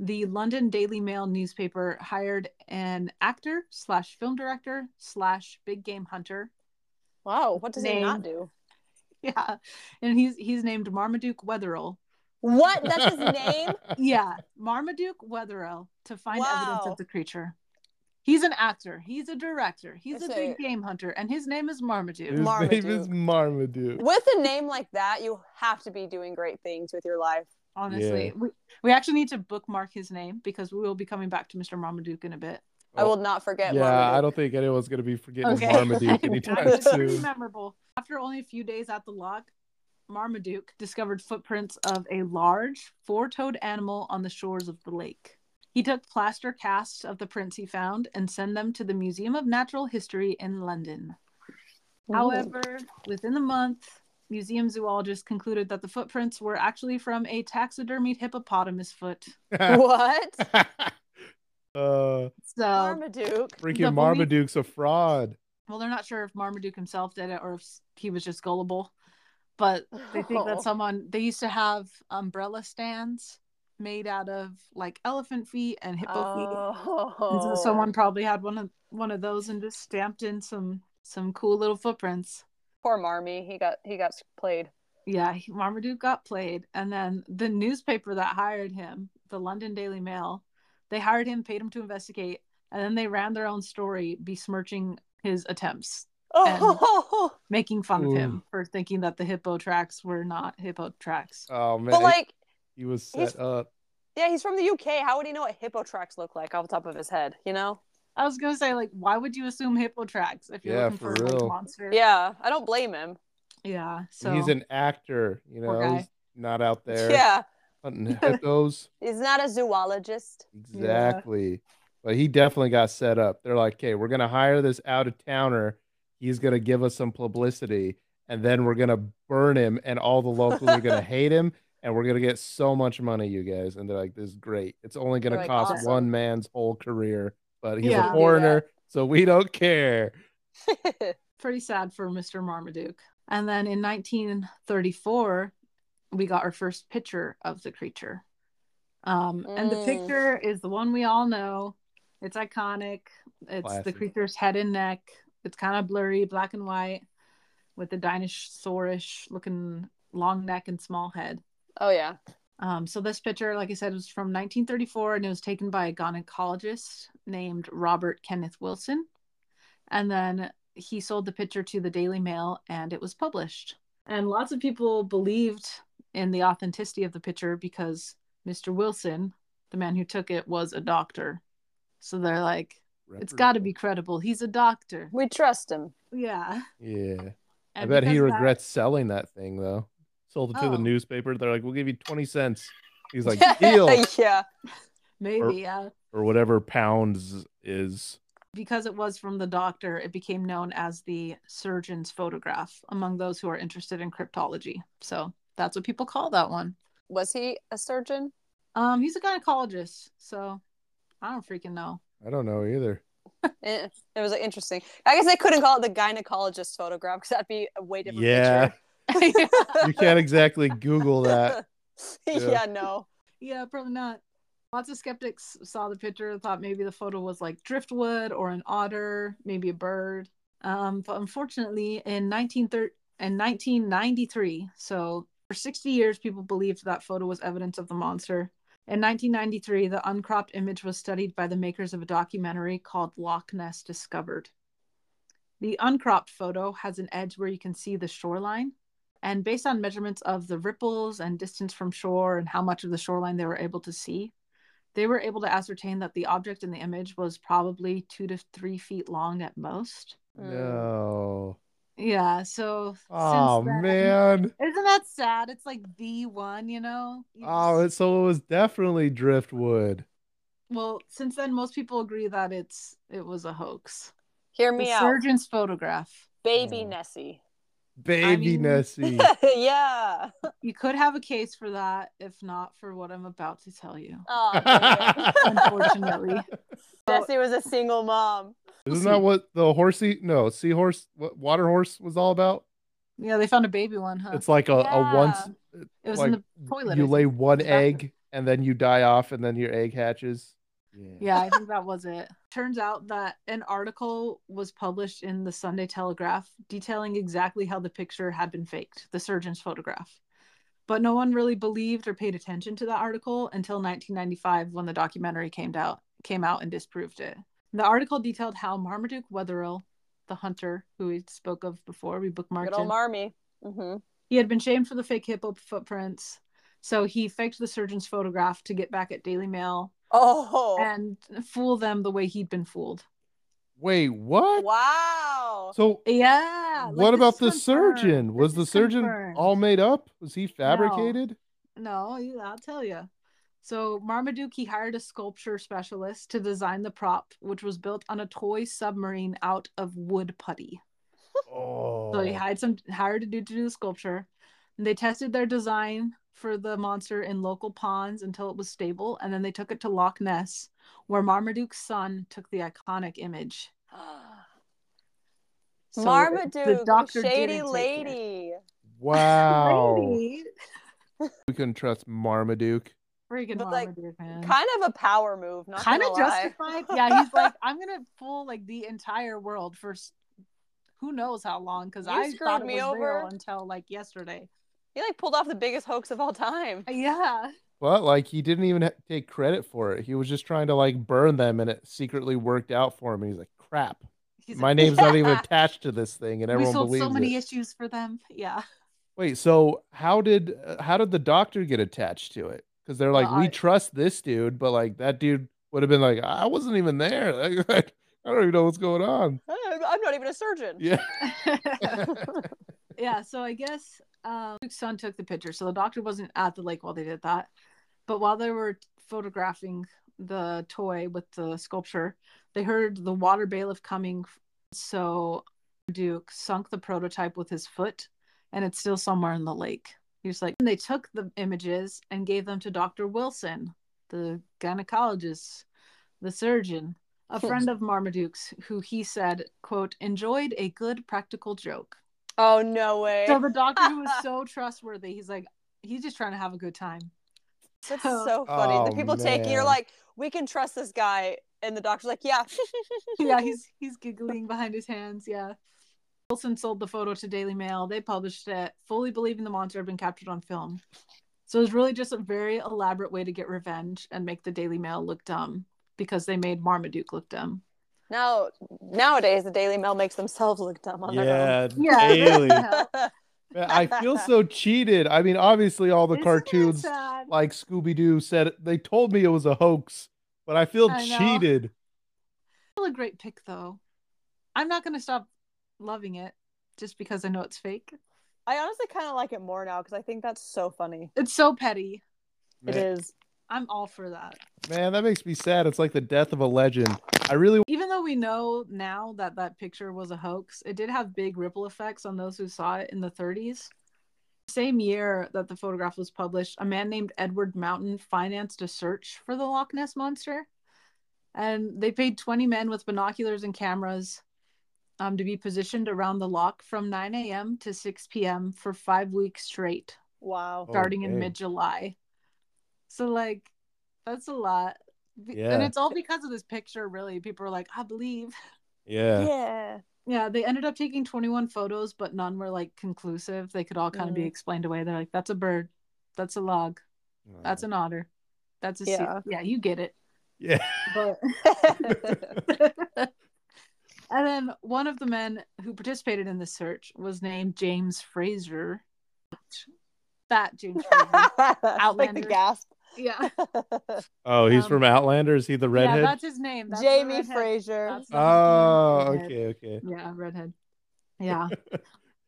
S2: the London Daily Mail newspaper hired an actor slash film director slash big game hunter
S1: Wow, what does he not
S2: Name.
S1: do?
S2: Yeah. And he's he's named Marmaduke Wetherell.
S1: What? That's his name?
S2: Yeah. Marmaduke Wetherell to find evidence
S1: Wow.
S2: of the creature. He's an actor. He's a director. He's
S1: I
S2: a
S1: say-
S2: big game hunter. And his name is Marmaduke.
S3: His name is
S1: Marmaduke.
S3: Marmaduke.
S1: With a name like that, you have to be doing great things with your life.
S2: honestly.
S3: Yeah.
S2: We, we actually need to bookmark his name because we will be coming back to Mr. Marmaduke in a bit.
S1: I will not forget.
S3: yeah,
S1: Marmaduke.
S3: I don't think anyone's gonna be forgetting
S2: Okay.
S3: Marmaduke anytime
S2: That's pretty
S3: soon.
S2: memorable. After only a few days at the log, Marmaduke discovered footprints of a large four toed animal on the shores of the lake. He took plaster casts of the prints he found and sent them to the Museum of Natural History in London. However, within the month, museum zoologists concluded that the footprints were actually from a taxidermied hippopotamus foot.
S1: what?
S3: uh,
S2: So,
S1: Marmaduke.
S3: freaking
S2: belief-
S3: Marmaduke's a fraud.
S2: well, they're not sure if Marmaduke himself did it or if he was just gullible, but they think
S1: Oh.
S2: that someone they used to have umbrella stands made out of like elephant feet and hippo feet. And so
S1: Oh.
S2: someone probably had one of one of those and just stamped in some some cool little footprints.
S1: Poor Marmy. He got he got played.
S2: Yeah, he- Marmaduke got played, and then the newspaper that hired him, the London Daily Mail, they hired him, paid him to investigate, and then they ran their own story besmirching his attempts,
S1: Oh,
S2: making fun
S3: Ooh.
S2: of him for thinking that the hippo tracks were not hippo tracks.
S3: Oh man,
S1: but like,
S3: he was
S1: he's-
S3: set up.
S1: yeah, he's from the UK. How would he know what hippo tracks look like off the top of his head? You know?
S2: I was gonna say, like, why would you assume hippo tracks if you're
S3: Yeah,
S2: looking
S3: for
S2: for, a
S3: real.
S2: like, monster?
S1: Yeah, I don't blame him.
S2: yeah. So
S3: And he's an actor. You
S2: Poor
S3: know,
S2: guy.
S3: he's not out there
S1: Yeah,
S3: hunting hippos.
S1: he's not a zoologist.
S3: Exactly. But he definitely got set up. They're like, okay, we're gonna hire this out of towner. He's gonna give us some publicity, and then we're gonna burn him, and all the locals are gonna hate him, and we're gonna get so much money, you guys. And they're like, this is great. It's only gonna
S1: They're like,
S3: cost
S1: "Awesome."
S3: one man's whole career, but he's
S2: Yeah.
S3: a
S2: Yeah.
S3: foreigner, so we don't care.
S2: pretty sad for Mr. Marmaduke. And then in 1934, we got our first picture of the creature. Um, And the
S1: Mm.
S2: picture is the one we all know. It's iconic. It's the
S3: Classic.
S2: creature's head and neck. It's kind of blurry, black and white, with the dinosaurish looking long neck and small head.
S1: Oh yeah.
S2: Um, so this picture, like I said, was from 1934, and it was taken by a gynecologist named Robert Kenneth Wilson. And then he sold the picture to the Daily Mail, and it was published. And lots of people believed in the authenticity of the picture because Mr. Wilson, the man who took it, was a doctor. So they're like, it's got to be credible. He's a doctor.
S1: We trust him.
S2: Yeah.
S3: Yeah. I
S2: And
S3: bet he
S2: because that-
S3: regrets selling that thing though. Sold it to
S2: Oh.
S3: the newspaper. They're like, we'll give you 20 cents. He's like, deal.
S1: yeah.
S3: Or-
S2: Maybe, yeah.
S3: or whatever pounds is.
S2: because it was from the doctor, it became known as the surgeon's photograph among those who are interested in cryptology. So that's what people call that one.
S1: Was he a surgeon?
S2: Um, he's a gynecologist, so I don't freaking know.
S3: I don't know either.
S1: Eh, It was like, interesting. I guess they couldn't call it the gynecologist photograph because that'd be a way different
S3: Yeah.
S1: picture.
S3: You can't exactly Google that.
S1: yeah. No.
S2: yeah, probably not. Lots of skeptics saw the picture, thought maybe the photo was like driftwood or an otter, maybe a bird. Um, but unfortunately, in 1930 in 1993, so for 60 years, people believed that photo was evidence of the monster. In 1993, the uncropped image was studied by the makers of a documentary called Loch Ness Discovered. The uncropped photo has an edge where you can see the shoreline. And based on measurements of the ripples and distance from shore and how much of the shoreline they were able to see, they were able to ascertain that the object in the image was probably two to three feet long at most.
S1: Mm.
S3: No.
S2: Yeah. So,
S3: Oh
S2: Uh, since then-
S3: man.
S2: Isn't that sad? It's like the one, you know? You
S3: Oh,
S2: just-
S3: it's, so it was definitely driftwood.
S2: well, since then, most people agree that it's it was a hoax.
S1: Hear
S2: The
S1: me out,
S2: surgeon's photograph.
S1: baby
S3: Oh.
S1: Nessie.
S3: Baby
S2: mean-
S3: Nessie.
S1: yeah.
S2: You could have a case for that, if not for what I'm about to tell you.
S1: Oh, dang it.
S2: Unfortunately.
S1: Nessie was a single mom.
S3: Isn't that what the horsey? No, seahorse. What water horse was all about?
S2: Yeah, they found a baby one, huh?
S3: It's like a, a once.
S2: it was in
S3: like
S2: the toilet. I
S3: you lay
S2: think.
S3: one
S2: the bathroom.
S3: egg and then you die off and then your egg hatches.
S2: Yeah, I think that was it. Turns out that an article was published in the Sunday Telegraph detailing exactly how the picture had been faked, the surgeon's photograph. But no one really believed or paid attention to the article until 1995 when the documentary came out came out and disproved it. The article detailed how Marmaduke Wetherill, the hunter who we spoke of before, we bookmarked
S1: Good old
S2: him,
S1: Marmy. hmm
S2: he had been shamed for the fake hippo footprints. So he faked the surgeon's photograph to get back at Daily Mail
S1: Oh.
S2: and fool them the way he'd been fooled.
S3: Wait, what?
S1: Wow.
S3: So
S2: Yeah. like,
S3: what
S2: this
S3: about
S2: is
S3: the
S2: confirmed.
S3: surgeon? Was
S2: This
S3: the
S2: is
S3: surgeon
S2: confirmed.
S3: all made up? Was he fabricated?
S2: No, you- I'll tell you. So Marmaduke he hired a sculpture specialist to design the prop, which was built on a toy submarine out of wood putty.
S3: Oh.
S2: So he hired some hired a dude to do the sculpture. And they tested their design for the monster in local ponds until it was stable, and then they took it to Loch Ness, where Marmaduke's son took the iconic image. So it-
S1: Marmaduke,
S2: doctor
S1: shady
S2: didn't take it.
S1: lady.
S3: Wow.
S2: Lady.
S3: we couldn't trust Marmaduke.
S2: Freaking
S1: But, like,
S2: Marmaduke, man.
S1: Kind of a power move. Not
S2: kind of
S1: gonna lie.
S2: justified. yeah, he's like, I'm gonna fool like the entire world for s- who knows how long because
S1: You
S2: I
S1: screwed
S2: thought it
S1: me
S2: was
S1: over.
S2: real until like yesterday.
S1: He like pulled off the biggest hoax of all time.
S2: Yeah,
S3: But like he didn't even ha- take credit for it. He was just trying to like burn them and it secretly worked out for him. And he's like, crap.
S2: he's
S3: My
S2: like,
S3: name's not even attached to this thing and
S2: We
S3: everyone
S2: sold
S3: believes
S2: so many
S3: it.
S2: issues for them. Yeah,
S3: Wait, so how did uh, how did the doctor get attached to it? Because they're like,
S2: Well,
S3: we
S2: I-
S3: trust this dude, but like that dude would have been like, I wasn't even there. Like, I don't even know what's going on.
S1: I'm I'm not even a surgeon.
S3: Yeah.
S2: yeah. So I guess um, Luke's son took the picture. So the doctor wasn't at the lake while they did that, but while they were photographing the toy with the sculpture, they heard the water bailiff coming. So Duke sunk the prototype with his foot, and it's still somewhere in the lake. He was like, and they took the images and gave them to Dr. Wilson, the gynecologist, the surgeon, a friend of Marmaduke's, who he said, quote, enjoyed a good practical joke.
S1: Oh no way.
S2: So the doctor who was so trustworthy, he's like, he's just trying to have a good time.
S1: That's so funny.
S3: Oh,
S1: the people taking, you're
S3: man.
S1: like, we can trust this guy. And the doctor's like, yeah.
S2: yeah, he's he's giggling behind his hands. Yeah. Wilson sold the photo to Daily Mail. They published it, fully believing the monster had been captured on film. So it was really just a very elaborate way to get revenge and make the Daily Mail look dumb because they made Marmaduke look dumb.
S1: Now, nowadays, the Daily Mail makes themselves look dumb on
S3: yeah,
S2: Yeah.
S3: daily.
S1: their own.
S3: Man, I feel so cheated. I mean, obviously, all the cartoons like Scooby Doo said they told me it was a hoax, but I feel
S2: I know.
S3: cheated.
S2: Still a great pick though. I'm not gonna stop loving it just because I know it's fake.
S1: I honestly kind of like it more now because I think that's so funny.
S2: It's so petty.
S3: Man,
S1: It is.
S2: I'm all for that.
S3: man, that makes me sad. It's like the death of a legend. I really
S2: Even though we know now that that picture was a hoax, it did have big ripple effects on those who saw it in the 30s. Same year that the photograph was published, a man named Edward Mountain financed a search for the Loch Ness monster. And they paid 20 men with binoculars and cameras um, to be positioned around the loch from 9 a.m. to 6 p.m. for five weeks straight,
S1: Wow.
S3: Oh,
S2: starting in
S3: dang.
S2: mid July. So, like, that's a lot. Be- And
S3: Yeah.
S2: it's all because of this picture, really. People are like, I believe.
S3: yeah.
S1: Yeah.
S2: Yeah, they ended up taking 21 photos, but none were like conclusive. They could all kind of be
S1: Mhm.
S2: explained away. They're like, that's a bird. That's a log.
S3: Mm.
S2: That's an otter. That's a seal."
S1: Yeah.
S2: Yeah, you get it.
S3: yeah.
S2: But and then one of the men who participated in the search was named James Fraser. That James Fraser.
S1: like the
S2: Outlander.
S1: gasp.
S2: yeah.
S3: Oh, he's
S2: Um,
S3: from Outlander. Is he the
S2: Yeah,
S3: redhead?
S2: that's his name. That's the
S1: Jamie
S2: redhead.
S1: Fraser.
S2: That's the
S3: oh,
S2: redhead.
S3: okay, okay.
S2: Yeah, redhead. Yeah.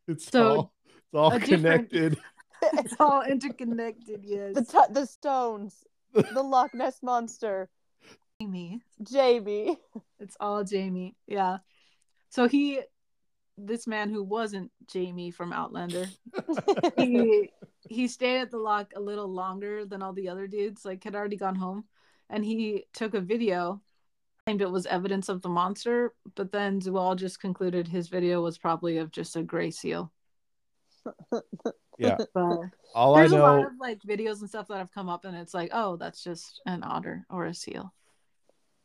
S3: It's
S2: So,
S3: all it's all
S2: a different-
S3: connected.
S2: it's all interconnected, yes.
S1: the, t- the Stones. The Loch Ness Monster.
S2: Jamie.
S1: Jamie.
S2: It's all Jamie. Yeah. So he, this man who wasn't Jamie from Outlander, he he stayed at the lock a little longer than all the other dudes. Like had already gone home, and he took a video, claimed it was evidence of the monster. But then zoologist concluded his video was probably of just a gray seal.
S3: Yeah.
S2: But
S3: All I
S2: there's a lot
S3: know
S2: of like videos and stuff that have come up, and it's like, oh, that's just an otter or a seal.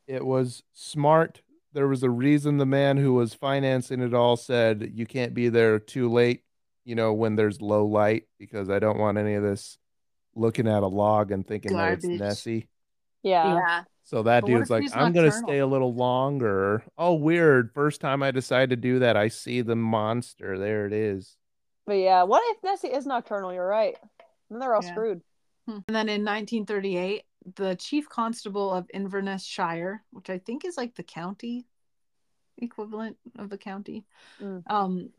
S3: it was smart. There was a reason the man who was financing it all said you can't be there too late, you know, when there's low light because I don't want any of this looking at a log and thinking that it's
S2: Garbage.
S3: Nessie.
S1: Yeah.
S3: So that
S2: But what
S3: dude's
S2: if
S3: like,
S2: he's
S3: I'm gonna
S2: nocturnal?
S3: stay a little longer. Oh, weird. First time I decide to do that, I see the monster. There it is.
S1: But yeah, what if Nessie is nocturnal? You're right. Then they're all
S2: Yeah.
S1: screwed.
S2: Hmm. And then in 1938, the chief constable of Inverness Shire, which I think is like the county equivalent of the county,
S1: Mm.
S2: um,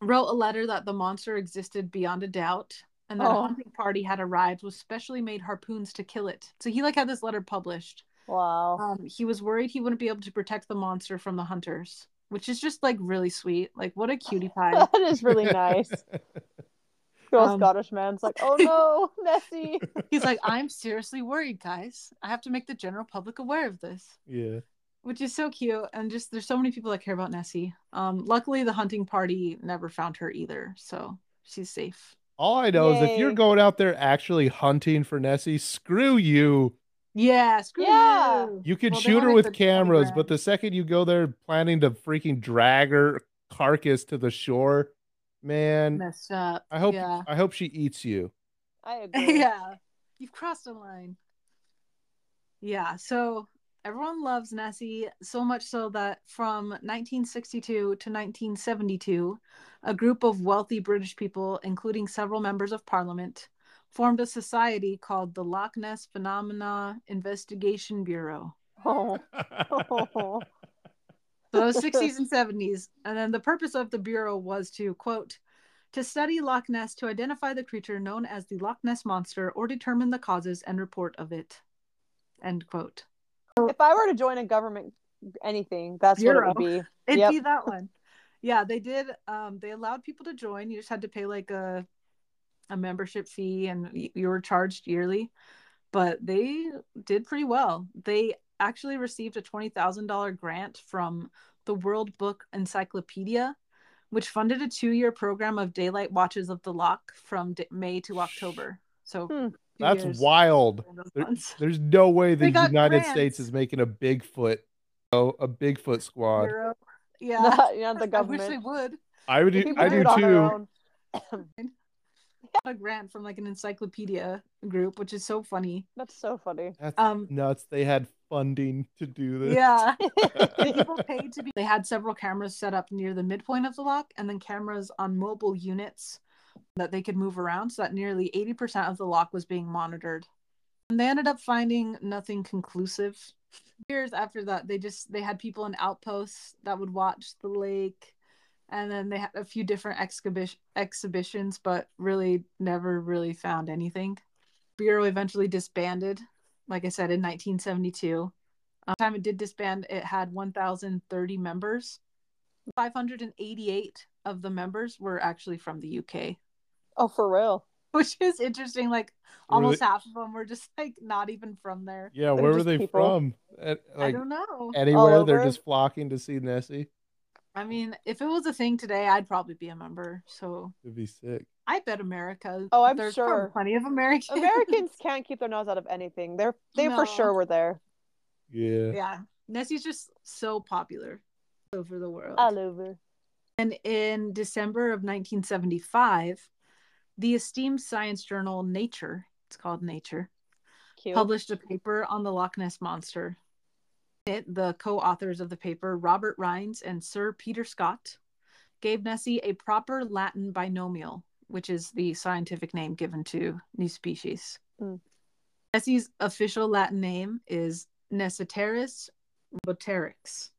S2: wrote a letter that the monster existed beyond a doubt and that a
S1: Oh.
S2: hunting party had arrived with specially made harpoons to kill it. So he like had this letter published.
S1: Wow.
S2: Um, he was worried he wouldn't be able to protect the monster from the hunters, which is just like really sweet. Like what a cutie pie.
S1: that is really nice. Good old
S2: Um,
S1: Scottish man's like, oh no, Nessie.
S2: He's like, I'm seriously worried, guys. I have to make the general public aware of this.
S3: yeah.
S2: which is so cute and just there's so many people that care about nessie um luckily the hunting party never found her either so she's safe
S3: All I know is if you're
S1: Yay.
S3: going out there actually hunting for Nessie, screw you.
S2: yeah screw
S1: Yeah.
S2: you.
S3: You can
S2: Well, they
S3: shoot her
S2: wanted
S3: with
S2: the
S3: cameras,
S2: playground.
S3: but the second you go there planning to freaking drag her carcass to the shore, man,
S2: messed up
S3: I hope
S2: yeah
S3: I hope she eats you.
S1: I agree.
S2: yeah you've crossed a line yeah so everyone loves nessie so much so that from 1962 to 1972 a group of wealthy british people including several members of parliament formed a society called the loch ness phenomena investigation bureau
S1: Oh. Oh.
S2: So it was 60s and 70s. And then the purpose of the Bureau was to, quote, to study Loch Ness to identify the creature known as the Loch Ness Monster or determine the causes and report of it, end quote.
S1: if I were to join a government anything, that's what it would be.
S2: It'd
S1: Yep.
S2: be that one. Yeah, they did. Um, they allowed people to join. You just had to pay like a, a membership fee and y- you were charged yearly. But they did pretty well. They actually received a $20,000 grant from the World Book Encyclopedia, which funded a two year program of daylight watches of the lock from d- May to October. So
S1: Hmm.
S3: That's wild. There-
S2: Ones.
S3: There's no way the
S2: They got
S3: United States
S2: grants.
S3: is making a Bigfoot, oh, a Bigfoot squad.
S2: Euro.
S1: Yeah.
S2: Yeah.
S1: Not, not the government.
S2: I wish they would.
S3: I would, do,
S1: People
S3: I
S1: do
S3: do
S1: it on their
S3: too.
S1: own.
S2: Got A grant from like an encyclopedia group, which is so funny.
S1: That's so funny.
S3: That's
S2: Um,
S3: nuts. They had funding to do this.
S2: yeah. People paid to be. They had several cameras set up near the midpoint of the lock, and then cameras on mobile units that they could move around, so that nearly eighty percent of the lock was being monitored. And they ended up finding nothing conclusive. Years after that, they just they had people in outposts that would watch the lake, and then they had a few different exhibition exhibitions, but really never really found anything. Bureau eventually disbanded, like I said, in 1972. Um, time it did disband, it had 1,030 members. 588 of the members were actually from the UK,
S1: oh, for real.
S2: which is interesting. Like
S3: Were
S2: almost
S3: they-
S2: half of them were just like not even from there.
S3: Yeah,
S1: They're
S3: where were
S1: just
S3: they
S1: people.
S3: from? At-
S2: I
S3: like
S2: don't know.
S3: anywhere, they're
S1: over?
S3: just flocking to see Nessie.
S2: I mean, if it was a thing today, I'd probably be a member. So
S3: It'd be sick.
S2: I bet America.
S1: Oh, I'm
S2: there's probably
S1: sure.
S2: plenty of Americans.
S1: Americans can't keep their nose out of anything. They're they
S2: No.
S1: for sure were there.
S3: Yeah.
S2: yeah, Nessie's just so popular over the world.
S1: All over.
S2: And in December of 1975, the esteemed science journal Nature, it's called Nature,
S1: Cute.
S2: published a paper on the Loch Ness monster. It, the co-authors of the paper, Robert Rhines and Sir Peter Scott, gave Nessie a proper Latin binomial, which is the scientific name given to new species.
S1: Mm.
S2: Nessie's official Latin name is Nessiteris roboterix.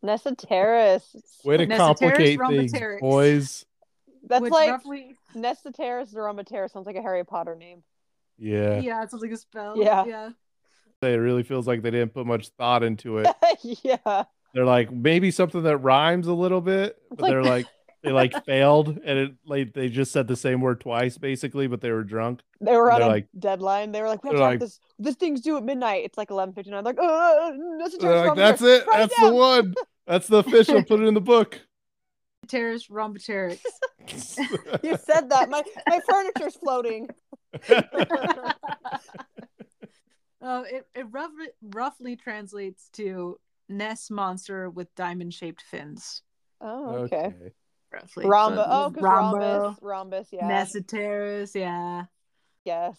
S1: Nessa Terrace.
S3: Way to
S2: Nesoteris
S3: complicate things,
S2: rhomboteryx.
S3: boys.
S1: That's
S2: which
S1: like
S2: roughly
S1: Nessa Terrace Zoroma Terrace sounds like a Harry Potter name.
S3: Yeah.
S2: yeah, it sounds like a spell.
S1: Yeah.
S2: yeah.
S3: It really feels like they didn't put much thought into it.
S1: yeah.
S3: They're like maybe something that rhymes a little bit, but
S1: like-
S3: they're like they like failed and it like they just said the same word twice basically, but they were drunk.
S1: They were on
S3: They're
S1: a
S3: like-
S1: deadline. They were like, we have
S3: they're
S1: to have
S3: like-
S1: this this thing's due at midnight. It's like eleven fifty nine. Like, uh Nessa
S3: They're
S1: Terrace Zoroma
S3: like, that's
S1: Terrace.
S3: it.
S1: Write
S3: That's the
S1: down."
S3: one. That's the official. Put it in the book.
S2: Nessiteris rhomboterix.
S1: You said that. My my furniture's floating.
S2: Uh, it it roughly, roughly translates to Ness monster with diamond shaped fins.
S1: Oh, okay.
S3: okay.
S2: Roughly.
S1: Rhombo.
S2: So,
S1: Oh, 'cause
S2: Rhombo,
S1: rhombus. Rhombus, yeah.
S2: Nessiteris, yeah.
S1: Yes.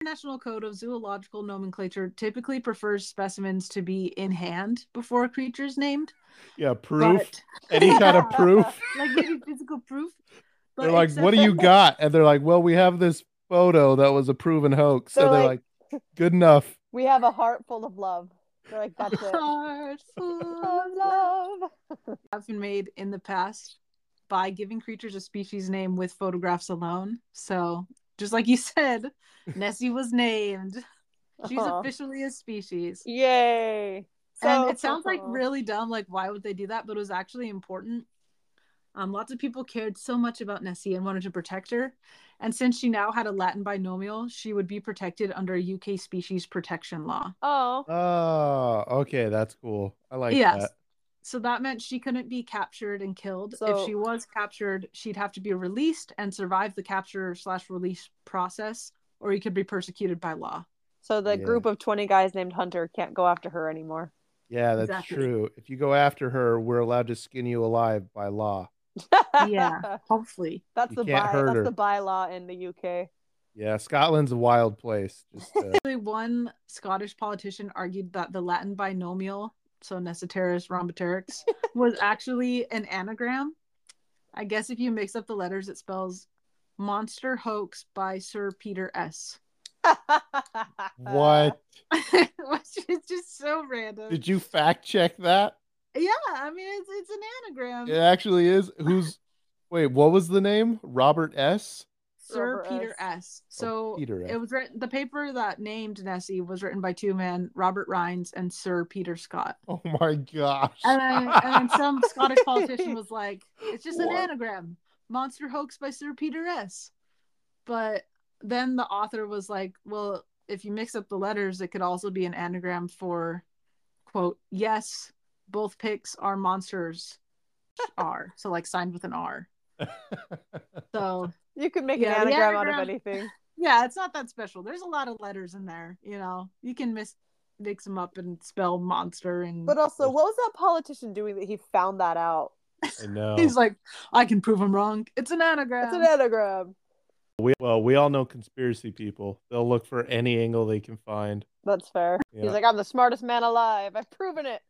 S2: International Code of Zoological Nomenclature typically prefers specimens to be in hand before a creature's named.
S3: Yeah, proof.
S2: But,
S3: Any kind of proof.
S2: like maybe physical proof. but
S3: They're like,
S2: except
S3: what do
S2: for-
S3: you got? And they're like, well, we have this photo that was a proven hoax.
S1: They're
S3: and they're like,
S1: like-
S3: good enough.
S1: We have a heart full of love. They're like, that's it.
S2: Heart full
S1: Of
S2: of
S1: love.
S2: have been made in the past by giving creatures a species name with photographs alone. So, just like you said, Nessie was named. She's
S1: Aw.
S2: officially a species.
S1: Yay.
S2: and it sounds like really dumb. Like, why would they do that? But it was actually important. Um, lots of people cared so much about Nessie and wanted to protect her. And since she now had a Latin binomial, she would be protected under a UK species protection law.
S1: Oh.
S3: Oh, okay. That's cool. I like
S2: Yes.
S3: that.
S2: So that meant she couldn't be captured and killed.
S1: So-
S2: if she was captured, she'd have to be released and survive the capture slash release process, or you could be persecuted by law.
S1: So the
S3: Yeah.
S1: group of 20 guys named Hunter can't go after her anymore.
S3: Yeah, that's
S2: Exactly.
S3: true. If you go after her, we're allowed to skin you alive by law.
S2: Yeah. Hopefully.
S1: that's
S3: You
S1: the
S3: can't
S1: by,
S3: hurt
S1: that's
S3: her.
S1: the bylaw in the UK.
S3: Yeah, Scotland's a wild place. Just uh,
S2: Actually, one Scottish politician argued that the Latin binomial, so Necessitaris Rhomboterix, was actually an anagram. I guess if you mix up the letters, it spells Monster Hoax by Sir Peter S.
S5: Uh,
S3: what?
S2: Which is just so random.
S3: Did you fact check that?
S2: Yeah, I mean it's it's an anagram.
S3: It actually is. Who's wait, what was the name? Robert S.
S2: Sir
S1: Robert
S2: Peter S. So
S3: Oh, Peter S.
S2: it was written. The paper that named Nessie was written by two men, Robert Rhines and Sir Peter Scott.
S3: Oh my gosh.
S2: And then, and then some Scottish politician was like, "It's just
S3: What?
S2: an anagram, monster hoax by Sir Peter S." But then the author was like, "Well, if you mix up the letters, it could also be an anagram for, quote, yes, both pics are monsters, R. So like signed with an R. So
S1: You could make
S2: Yeah,
S1: an
S2: the
S1: anagram out of
S2: anagram.
S1: anything.
S2: yeah, it's not that special. There's a lot of letters in there. You know, you can mis- mix them up and spell monster and.
S5: But also, what was that politician doing that he found that out?
S3: I know.
S2: He's like, I can prove him wrong. It's an anagram.
S5: uh, It's an anagram.
S3: we, well, we all know conspiracy people. They'll look for any angle they can find.
S5: That's fair.
S3: Yeah.
S5: He's like, I'm the smartest man alive. I've proven it.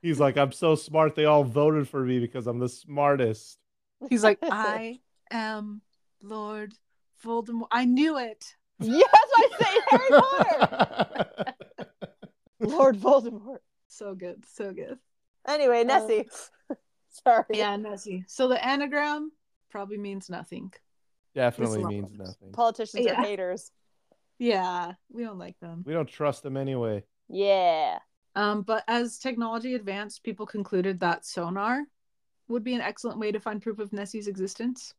S3: He's like, I'm so smart. They all voted for me because I'm the smartest.
S2: He's like, I am Lord Voldemort. I knew it.
S5: Yes, I say Harry Potter. Lord Voldemort.
S2: So good, so good.
S5: Anyway, Nessie. Sorry.
S2: Oh. Yeah, Nessie. So the anagram probably means nothing.
S3: Definitely
S2: This
S3: means
S2: love.
S3: nothing.
S5: Politicians
S2: Yeah.
S5: are haters.
S2: Yeah, we don't like them.
S3: We don't trust them anyway.
S5: Yeah.
S2: Um, but as technology advanced, people concluded that sonar would be an excellent way to find proof of Nessie's existence.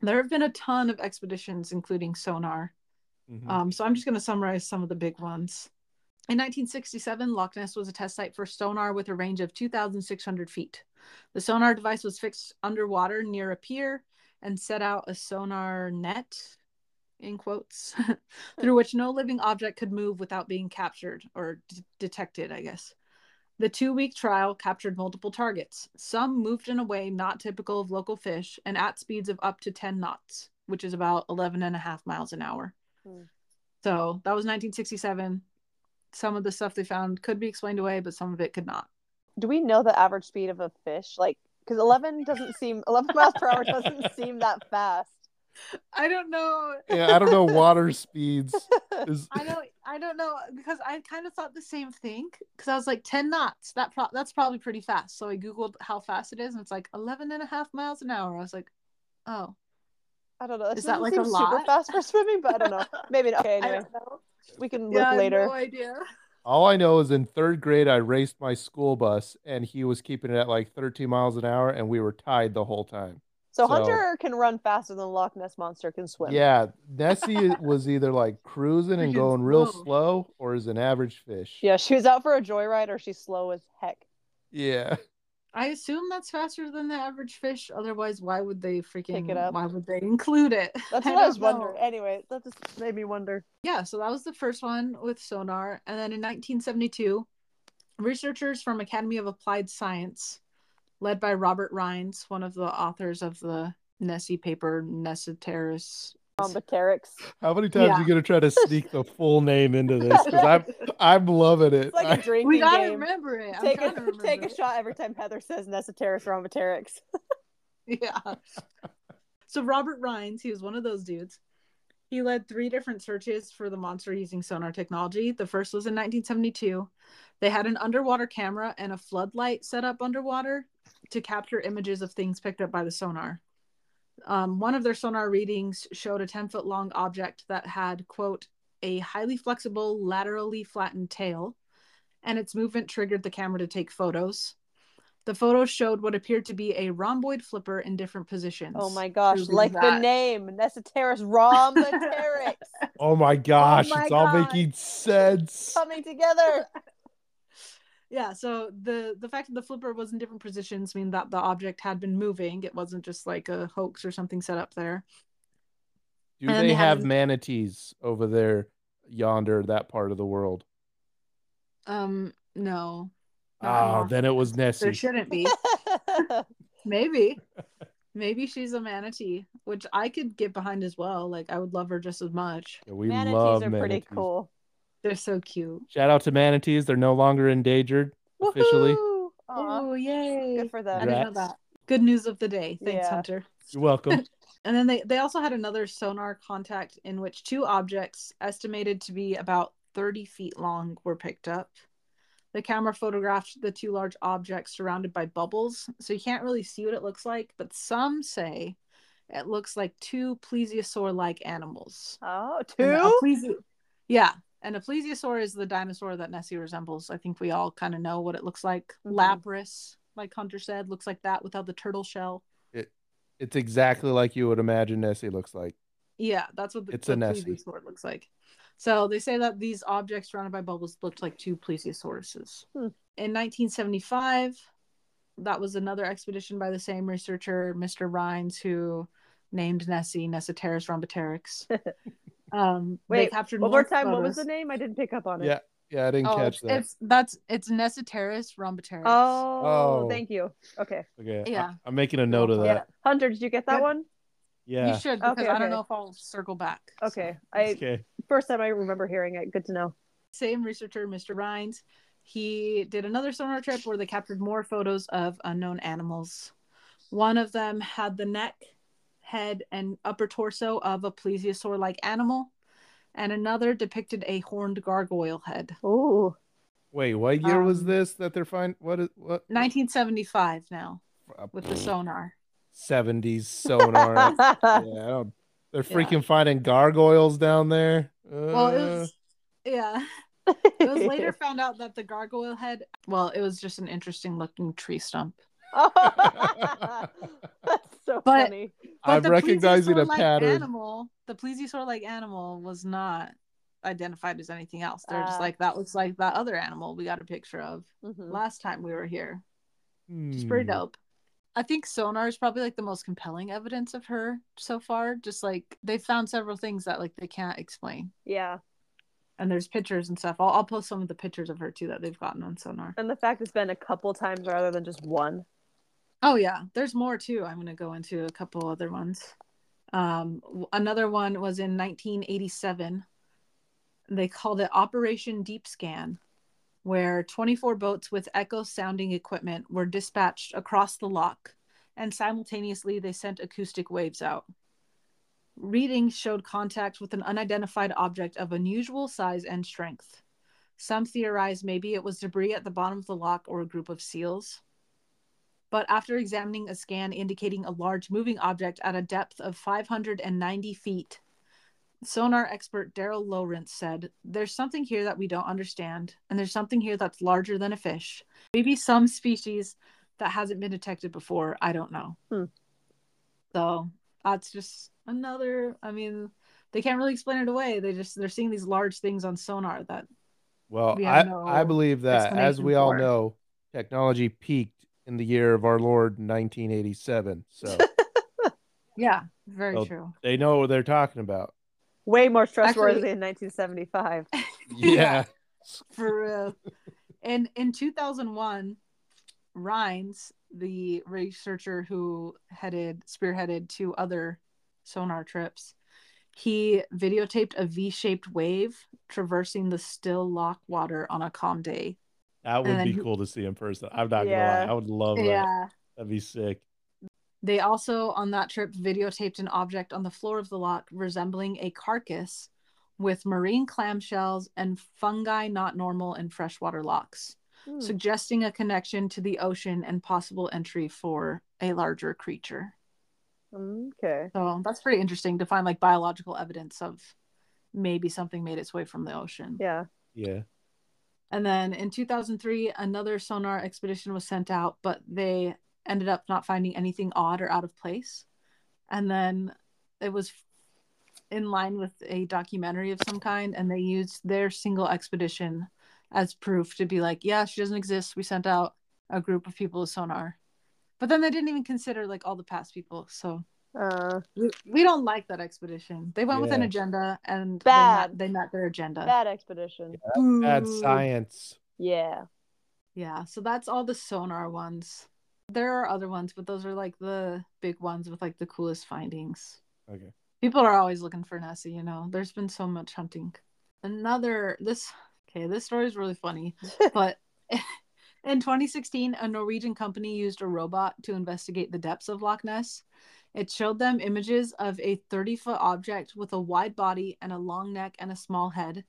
S2: There have been a ton of expeditions, including sonar.
S3: Mhm.
S2: Um, so I'm just going to summarize some of the big ones. In 1967, Loch Ness was a test site for sonar with a range of 2,600 feet. The sonar device was fixed underwater near a pier and set out a sonar net, in quotes, through which no living object could move without being captured or d- detected, I guess. The two week trial captured multiple targets. Some moved in a way not typical of local fish and at speeds of up to 10 knots, which is about 11 and a half miles an hour.
S5: Hmm.
S2: So that was 1967. Some of the stuff they found could be explained away, but some of it could not.
S5: Do we know the average speed of a fish? Like, because 11 doesn't seem, 11 miles per hour doesn't seem that fast.
S2: I don't know.
S3: yeah, I don't know water speeds. Is-
S2: I don't. I don't know because I kind of thought the same thing because I was like 10 knots. That pro- that's probably pretty fast. So I googled how fast it is, and it's like 11 and a half miles an hour. I was like, oh,
S5: I don't know. It
S2: Is that,
S5: doesn't
S2: like,
S5: seem
S2: a
S5: super
S2: lot?
S5: fast for swimming, but I don't know. Maybe not. Okay,
S2: I
S5: anyway,
S2: don't know.
S5: we can
S2: Yeah, I
S5: look
S2: have
S5: later.
S2: no idea.
S3: All I know is in third grade, I raced my school bus and he was keeping it at like 13 miles an hour and we were tied the whole time.
S5: So,
S3: So-
S5: Hunter can run faster than Loch Ness monster can swim.
S3: Yeah, Nessie was either like cruising and
S2: Freaking
S3: going real
S2: slow.
S3: slow or is an average fish.
S5: Yeah, she was out for a joyride, or she's slow as heck.
S3: Yeah.
S2: I assume that's faster than the average fish. Otherwise, why would they freaking?
S5: Pick it up.
S2: Why would they include it?
S5: That's
S2: I
S5: what I, was
S2: don't know.
S5: wondering. Anyway, that just made me wonder.
S2: yeah, so that was the first one with sonar. And then in 1972, researchers from Academy of Applied Science, led by Robert Rhines, one of the authors of the Nessie paper, Nessateris.
S5: Bombacarix.
S3: How many times are
S2: Yeah.
S3: you gonna try to sneak the full name into this? Because I'm I'm loving it.
S5: It's like a
S3: I-
S5: drinking
S2: We gotta
S5: game.
S2: remember it. I'm
S5: Take
S2: trying to
S5: a,
S2: remember
S5: take a
S2: it.
S5: shot every time Heather says Nesoterix Rhomboterix.
S2: yeah. So Robert Rhines, he was one of those dudes. He led three different searches for the monster using sonar technology. The first was in 1972. They had an underwater camera and a floodlight set up underwater to capture images of things picked up by the sonar. Um, one of their sonar readings showed a 10 foot long object that had, quote, a highly flexible, laterally flattened tail, and its movement triggered the camera to take photos. The photos showed what appeared to be a rhomboid flipper in different positions.
S5: Oh my gosh,
S2: Proving
S5: like the
S2: that.
S5: name Nesoterix Rhomboterix
S3: oh my gosh,
S2: my
S3: it's all
S2: God.
S3: making sense.
S5: coming together.
S2: yeah so the the fact that the flipper was in different positions mean that the object had been moving it wasn't just like a hoax or something set up there
S3: Do
S2: And then
S3: they
S2: they have
S3: have
S2: an-
S3: manatees over there yonder, that part of the world?
S2: um no
S5: Ah,
S2: Not
S3: Oh,
S2: anymore.
S3: then it was
S2: there
S3: Nessie.
S2: shouldn't be maybe maybe she's a manatee which i could get behind as well like i would love her just as much
S3: Yeah, we
S5: Manatees
S3: love
S5: are pretty
S3: manatees.
S5: cool.
S2: they're so cute
S3: Shout out to manatees. They're no longer endangered officially.
S5: Woohoo! Aw,
S2: oh yay
S5: good for
S2: i
S5: them.
S2: didn't know
S3: Congrats.
S2: that good news of the day thanks
S5: Yeah.
S2: hunter
S3: You're welcome.
S2: And then they, they also had another sonar contact in which two objects estimated to be about 30 feet long were picked up. The camera photographed the two large objects surrounded by bubbles, so you can't really see what it looks like, but some say it looks like two plesiosaur like animals.
S5: Oh,
S2: And a
S5: two?
S2: plesio- yeah. And a plesiosaur is the dinosaur that Nessie resembles. I think we all kind of know what it looks like.
S5: Mhm.
S2: Lapras, like Hunter said, looks like that without the turtle shell.
S3: it's exactly like you would imagine Nessie looks like.
S2: Yeah, that's what the,
S3: It's
S2: the
S3: E. a Nessie.
S2: plesiosaur looks like. So they say that these objects surrounded by bubbles looked like two plesiosauruses.
S5: Hmm.
S2: In 1975, that was another expedition by the same researcher, Mr. Rhines, who named Nessie, Nessoteris rhomboterix. um, they
S5: Wait,
S2: captured
S5: One more time,
S2: photos.
S5: what was the name? I didn't pick up on it.
S3: Yeah, yeah, I didn't
S2: Oh,
S3: catch that.
S2: it's that's it's Nessoteris rhomboterix.
S5: Oh,
S3: Oh.
S5: thank you. Okay.
S3: okay,
S2: yeah.
S3: I, am making a note of
S2: Yeah.
S3: that.
S5: Hunter, did you get that
S2: Good.
S5: one?
S3: Yeah.
S2: you should because
S5: Okay,
S2: I don't
S5: okay.
S2: know if I'll circle back.
S5: Okay. I
S3: okay.
S5: first time I remember hearing it. Good to know.
S2: same researcher, Mr. Rhines, he did another sonar trip where they captured more photos of unknown animals. One of them had the neck, head, and upper torso of a plesiosaur like animal, and another depicted a horned gargoyle head.
S5: Ooh.
S3: Wait, what year was
S2: Um,
S3: this that they're fine? What is what?
S2: 1975 now with the
S3: sonar.
S2: sonar.
S3: 70s sonar. yeah, I don't, they're
S2: Yeah.
S3: freaking finding gargoyles down there.
S2: Well, it
S3: Uh,
S2: was, yeah. It was later found out that the gargoyle head, well, it was just an interesting looking tree stump.
S5: That's so
S2: But-
S5: funny.
S3: I'm
S2: the
S3: recognizing a
S2: plesiosaur-like
S3: pattern.
S2: Animal, the plesiosaur-like animal was not identified as anything else. They're just
S5: Ah.
S2: like that looks like that other animal we got a picture of
S5: Mhm.
S2: last time we were here. It's pretty
S3: Hmm.
S2: dope. I think sonar is probably like the most compelling evidence of her so far. Just like they found several things that like they can't explain,
S5: Yeah.
S2: and there's pictures and stuff. I'll, I'll post some of the pictures of her too that they've gotten on sonar.
S5: And the fact it's been a couple times rather than just one.
S2: Oh yeah, there's more too. I'm gonna go into a couple other ones. Um, w- another one was in 1987. They called it Operation Deep Scan, where 24 boats with echo sounding equipment were dispatched across the lock, and simultaneously they sent acoustic waves out. Readings showed contact with an unidentified object of unusual size and strength. Some theorized maybe it was debris at the bottom of the lock or a group of seals but after examining a scan indicating a large moving object at a depth of 590 feet, sonar expert Daryl Lowrance said, There's something here that we don't understand, and there's something here that's larger than a fish. Maybe some species that hasn't been detected before. I don't know.
S5: Hmm.
S2: So that's just another, I mean, they can't really explain it away. They just, they're seeing these large things on sonar that,
S3: Well,
S2: We
S3: I,
S2: have no
S3: I believe that, as
S2: explanation
S3: we all
S2: for it.
S3: know, technology peaked in the year of our Lord 1987. So
S2: yeah, very
S3: Well,
S2: true.
S3: they know what they're talking about.
S5: Way more trustworthy
S2: Actually-
S5: in 1975.
S3: Yeah.
S2: for real. And in 2001, Rhines, the researcher who headed spearheaded two other sonar trips, he videotaped a V-shaped wave traversing the still lock water on a calm day.
S3: That
S2: And
S3: would
S2: then
S3: be
S2: who-
S3: cool to see in person. I'm not
S5: Yeah.
S3: going to lie. I would love that. That'd be sick.
S2: They also, on that trip, videotaped an object on the floor of the lock resembling a carcass with marine clamshells and fungi not normal in freshwater locks.
S5: Hmm.
S2: suggesting a connection to the ocean and possible entry for a larger creature.
S5: Hmm. Okay.
S2: So that's pretty interesting to find like biological evidence of maybe something made its way from the ocean.
S5: Yeah.
S3: Yeah.
S2: And then in 2003, another sonar expedition was sent out, but they ended up not finding anything odd or out of place. And then it was in line with a documentary of some kind, and they used their single expedition as proof to be like, yeah, she doesn't exist. We sent out a group of people with sonar. But then they didn't even consider like all the past people. So
S5: Uh,
S2: we, we don't like that expedition. They went with an
S3: Yeah.
S2: agenda and they
S5: Bad.
S2: met, they met their agenda.
S5: bad expedition.
S3: That's
S2: Boo.
S3: science.
S5: Yeah.
S2: Yeah, so that's all the sonar ones. There are other ones, but those are like the big ones with like the coolest findings.
S3: Okay.
S2: People are always looking for Nessie, you know. There's been so much hunting. Another this okay, this story is really funny, but in 2016, a Norwegian company used a robot to investigate the depths of Loch Ness. It showed them images of a 30 foot object with a wide body and a long neck and a small head,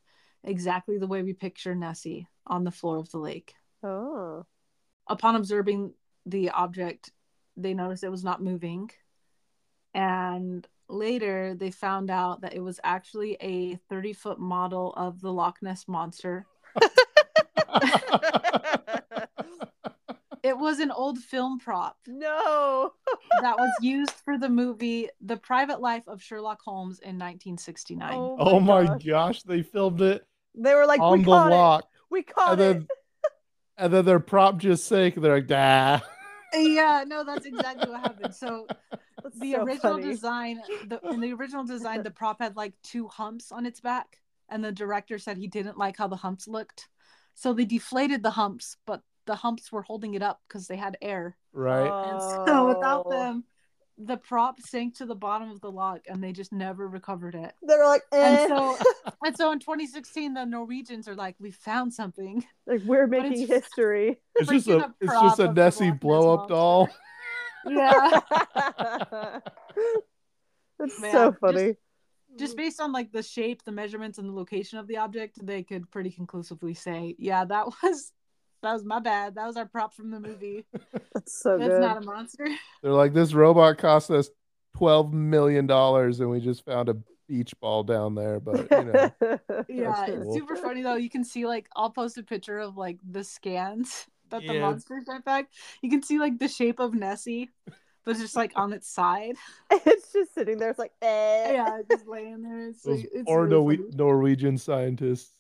S2: exactly the way we picture Nessie on the floor of the lake.
S5: Oh.
S2: Upon observing the object, they noticed it was not moving. And later, they found out that it was actually a 30 foot model of the Loch Ness monster. It was an old film prop
S5: No.
S2: that was used for the movie The Private Life of Sherlock Holmes in 1969.
S3: oh my
S5: gosh.
S3: gosh. They filmed it
S5: They were like,
S3: on
S5: we
S3: the
S5: caught it.
S3: lock.
S5: We caught
S3: and
S5: it.
S3: then and then their prop just sank. They're like, nah.
S2: Yeah, no, that's exactly what happened. So the
S5: so
S2: original
S5: funny.
S2: design the in the original design the prop had like two humps on its back and the director said he didn't like how the humps looked so they deflated the humps but the humps were holding it up because they had air
S3: right?
S2: and so without
S5: Oh.
S2: them the prop sank to the bottom of the log and they just never recovered it
S5: they're like, eh.
S2: and so and so in 2016 the norwegians are like we found something
S5: like we're
S2: but it's-
S5: making history.
S3: it's just
S2: freaking
S3: a,
S2: a
S3: it's just
S2: prop
S3: a
S2: of the
S3: Nessie
S2: Loch Ness
S3: blow up doll.
S2: yeah
S5: That's
S2: Man,
S5: so
S2: just-
S5: funny.
S2: just based on like the shape, the measurements, and the location of the object, they could pretty conclusively say, yeah, that was that was my bad. That was our prop from the movie.
S5: That's so
S2: That's
S5: good.
S2: not a monster.
S3: They're like, this robot cost us twelve million dollars, and we just found a beach ball down there. But you know,
S2: yeah,
S3: That's cool.
S2: it's super funny though. You can see like I'll post a picture of like the scans that the
S3: Yeah.
S2: monster sent back. You can see like the shape of Nessie, but it's just like on its side.
S5: it's just sitting there. It's like, eh.
S2: Yeah, it's just laying there. It's,
S3: those
S2: like- it's
S3: poor
S2: really
S3: Norwe-
S2: funny.
S3: Norwegian scientists.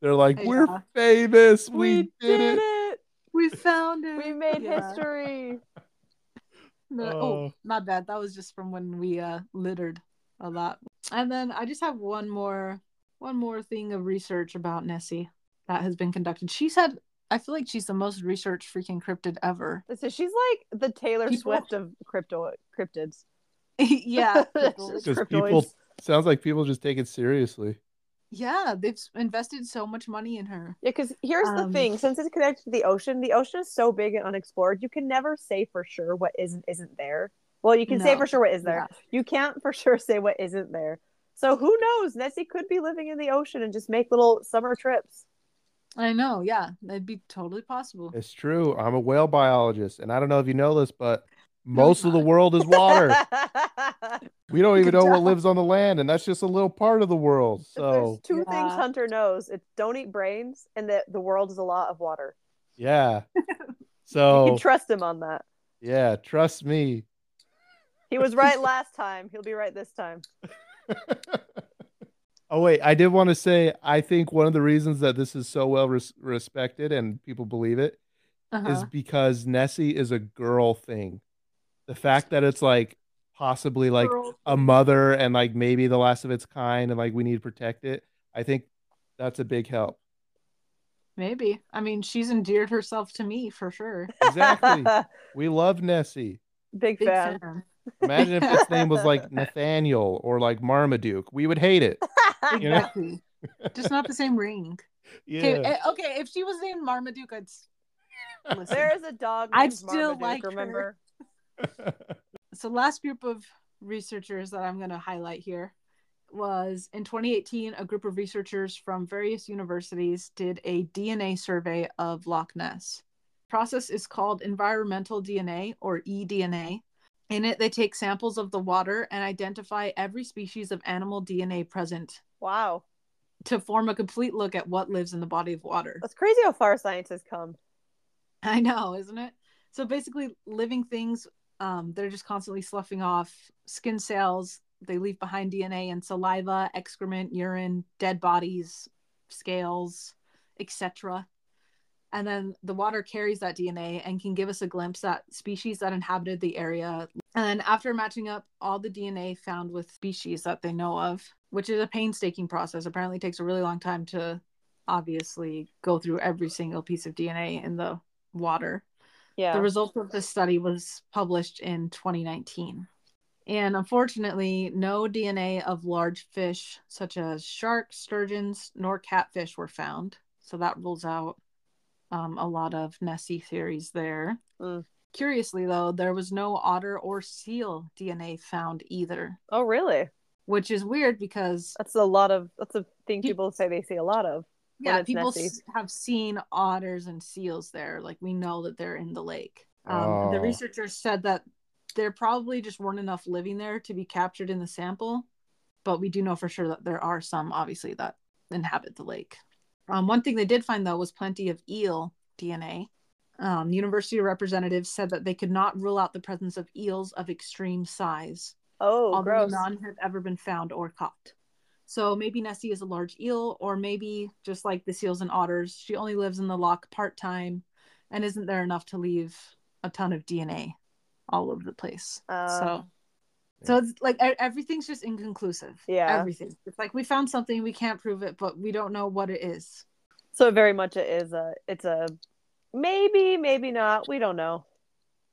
S3: They're like, we're
S2: Yeah.
S3: famous. We, did, it.
S2: We found it.
S5: We made
S2: Yeah.
S5: history.
S2: No,
S3: Oh.
S2: oh, not bad. That was just from when we uh littered a lot. And then I just have one more one more thing of research about Nessie that has been conducted. She's had I feel like she's the most research freaking cryptid ever.
S5: So she's like the Taylor
S2: People-
S5: Swift of crypto cryptids.
S2: yeah.
S5: It's
S3: Because
S5: cryptoids.
S3: people sounds like people just take it seriously.
S2: yeah, they've s- invested so much money in her.
S5: Yeah, because here's the
S2: Um,
S5: thing: since it's connected to the ocean, the ocean is so big and unexplored. You can never say for sure what is and isn't there. Well, you can say
S2: No.
S5: for sure what is there. You can't for sure say what isn't there. So who knows? Nessie could be living in the ocean and just make little summer trips.
S2: I know, yeah. That'd be totally possible.
S3: It's true. I'm a whale biologist, and I don't know if you know this, but most of the
S2: not.
S3: world is water. we don't even
S2: Good
S3: know what
S2: job.
S3: lives on the land, and that's just a little part of the world.
S5: If There's
S3: So
S5: two things
S2: Yeah.
S5: Hunter knows: it's don't eat brains, and that the world is a lot of water.
S3: yeah.
S5: You
S3: So
S5: can trust him on that.
S3: yeah, trust me.
S5: He was right last time. He'll be right this time.
S3: Oh wait, I did want to say I think one of the reasons that this is so well res- respected and people believe it
S2: Uh-huh.
S3: is because Nessie is a girl thing. The fact that it's like possibly like
S2: Girl.
S3: a mother and like maybe the last of its kind and like we need to protect it. I think that's a big help.
S2: Maybe. I mean, she's endeared herself to me for sure.
S3: Exactly. we love Nessie.
S5: Big,
S2: Big
S5: fan.
S2: fan.
S3: Imagine if its name was like Nathaniel or like Marmaduke. We would hate it. You know?
S2: Exactly. Just not the same ring. Okay,
S3: Yeah.
S2: eh, okay, if she was named Marmaduke, I'd s- listen.
S5: There is a dog.
S2: I'd
S5: named
S2: still
S5: Marmaduke,
S2: like her.
S5: remember.
S2: so last group of researchers that I'm going to highlight here was in 2018 a group of researchers from various universities did a DNA survey of Loch Ness. Process is called environmental DNA or E eDNA. In it they take samples of the water and identify every species of animal DNA present
S5: Wow,
S2: to form a complete look at what lives in the body of water.
S5: that's crazy how far science has come.
S2: I know, isn't it? So basically, living things, um, they're just constantly sloughing off skin cells. They leave behind DNA and saliva, excrement, urine, dead bodies, scales, etc. And then the water carries that DNA and can give us a glimpse at species that inhabited the area. And then after matching up all the DNA found with species that they know of, which is a painstaking process, apparently takes a really long time to obviously go through every single piece of DNA in the water.
S5: Yeah,
S2: The result of this study was published in 2019. And unfortunately, no DNA of large fish such as sharks, sturgeons, nor catfish were found. So that rules out um, a lot of Nessie theories there.
S5: Mm.
S2: Curiously, though, there was no otter or seal DNA found either,
S5: oh really?
S2: which is weird because
S5: That's a lot of. That's a thing
S2: You-
S5: people say they see a lot of. when
S2: yeah
S5: it's
S2: people
S5: messy.
S2: s- have seen otters and seals there like we know that they're in the lake um, the
S3: Oh.
S2: researchers said that there probably just weren't enough living there to be captured in the sample but we do know for sure that there are some obviously that inhabit the lake um, one thing they did find though was plenty of eel dna um, university representatives said that they could not rule out the presence of eels of extreme size
S5: Oh,
S2: although
S5: gross.
S2: none have ever been found or caught. So maybe Nessie is a large eel, or maybe just like the seals and otters, she only lives in the lock part time and isn't there enough to leave a ton of DNA all over the place.
S5: Uh,
S2: so So it's like e- everything's just inconclusive.
S1: Yeah.
S2: Everything. It's like we found something, we can't prove it, but we don't know what it is.
S1: So very much it is a it's a maybe, maybe not. We don't know.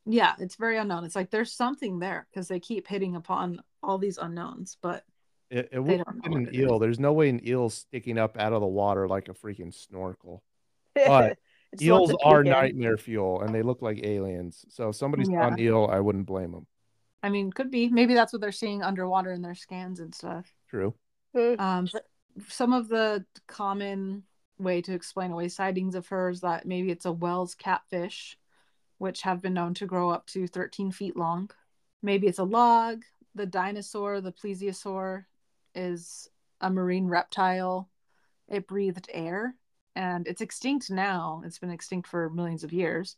S2: Yeah, it's very unknown. It's like there's something there because they keep hitting upon all these unknowns, but
S3: It, it would
S2: don't
S3: have been
S2: know
S3: an
S2: what it
S3: eel. There's no way an eel's sticking up out of the water like a freaking snorkel. But
S1: It just wants
S3: Eels
S1: to peek
S3: are
S1: in.
S3: nightmare fuel, and they look like aliens. So if somebody's
S2: Yeah.
S3: on eel, I wouldn't blame them.
S2: I mean, could be. Maybe that's what they're seeing underwater in their scans and stuff.
S3: True.
S2: Um, but some of the common way to explain away sightings of her is that maybe it's a Wells catfish, which have been known to grow up to 13 feet long. Maybe it's a log. The dinosaur, the plesiosaur, is a marine reptile. It breathed air and it's extinct now. It's been extinct for millions of years.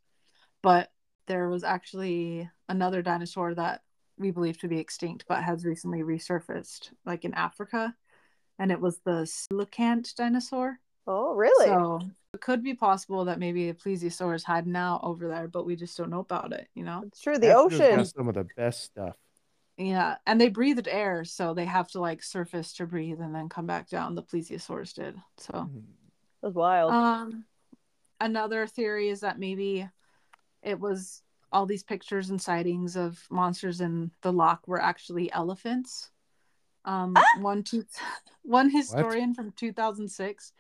S2: But there was actually another dinosaur that we believe to be extinct but has recently resurfaced, like in Africa and it was the coelacanth dinosaur.
S1: Oh, really?
S2: So it could be possible that maybe a plesiosaur is hiding out over there, but we just don't know about it, you know?
S1: it's true. The
S3: Africa's got
S1: ocean.
S3: some of the best stuff.
S2: Yeah. And they breathed air, so they have to like surface to breathe and then come back down. The plesiosaurs did. So
S1: was wild.
S2: um another theory is that maybe it was all these pictures and sightings of monsters in the lock were actually elephants. Um, one two, one historian from 2006,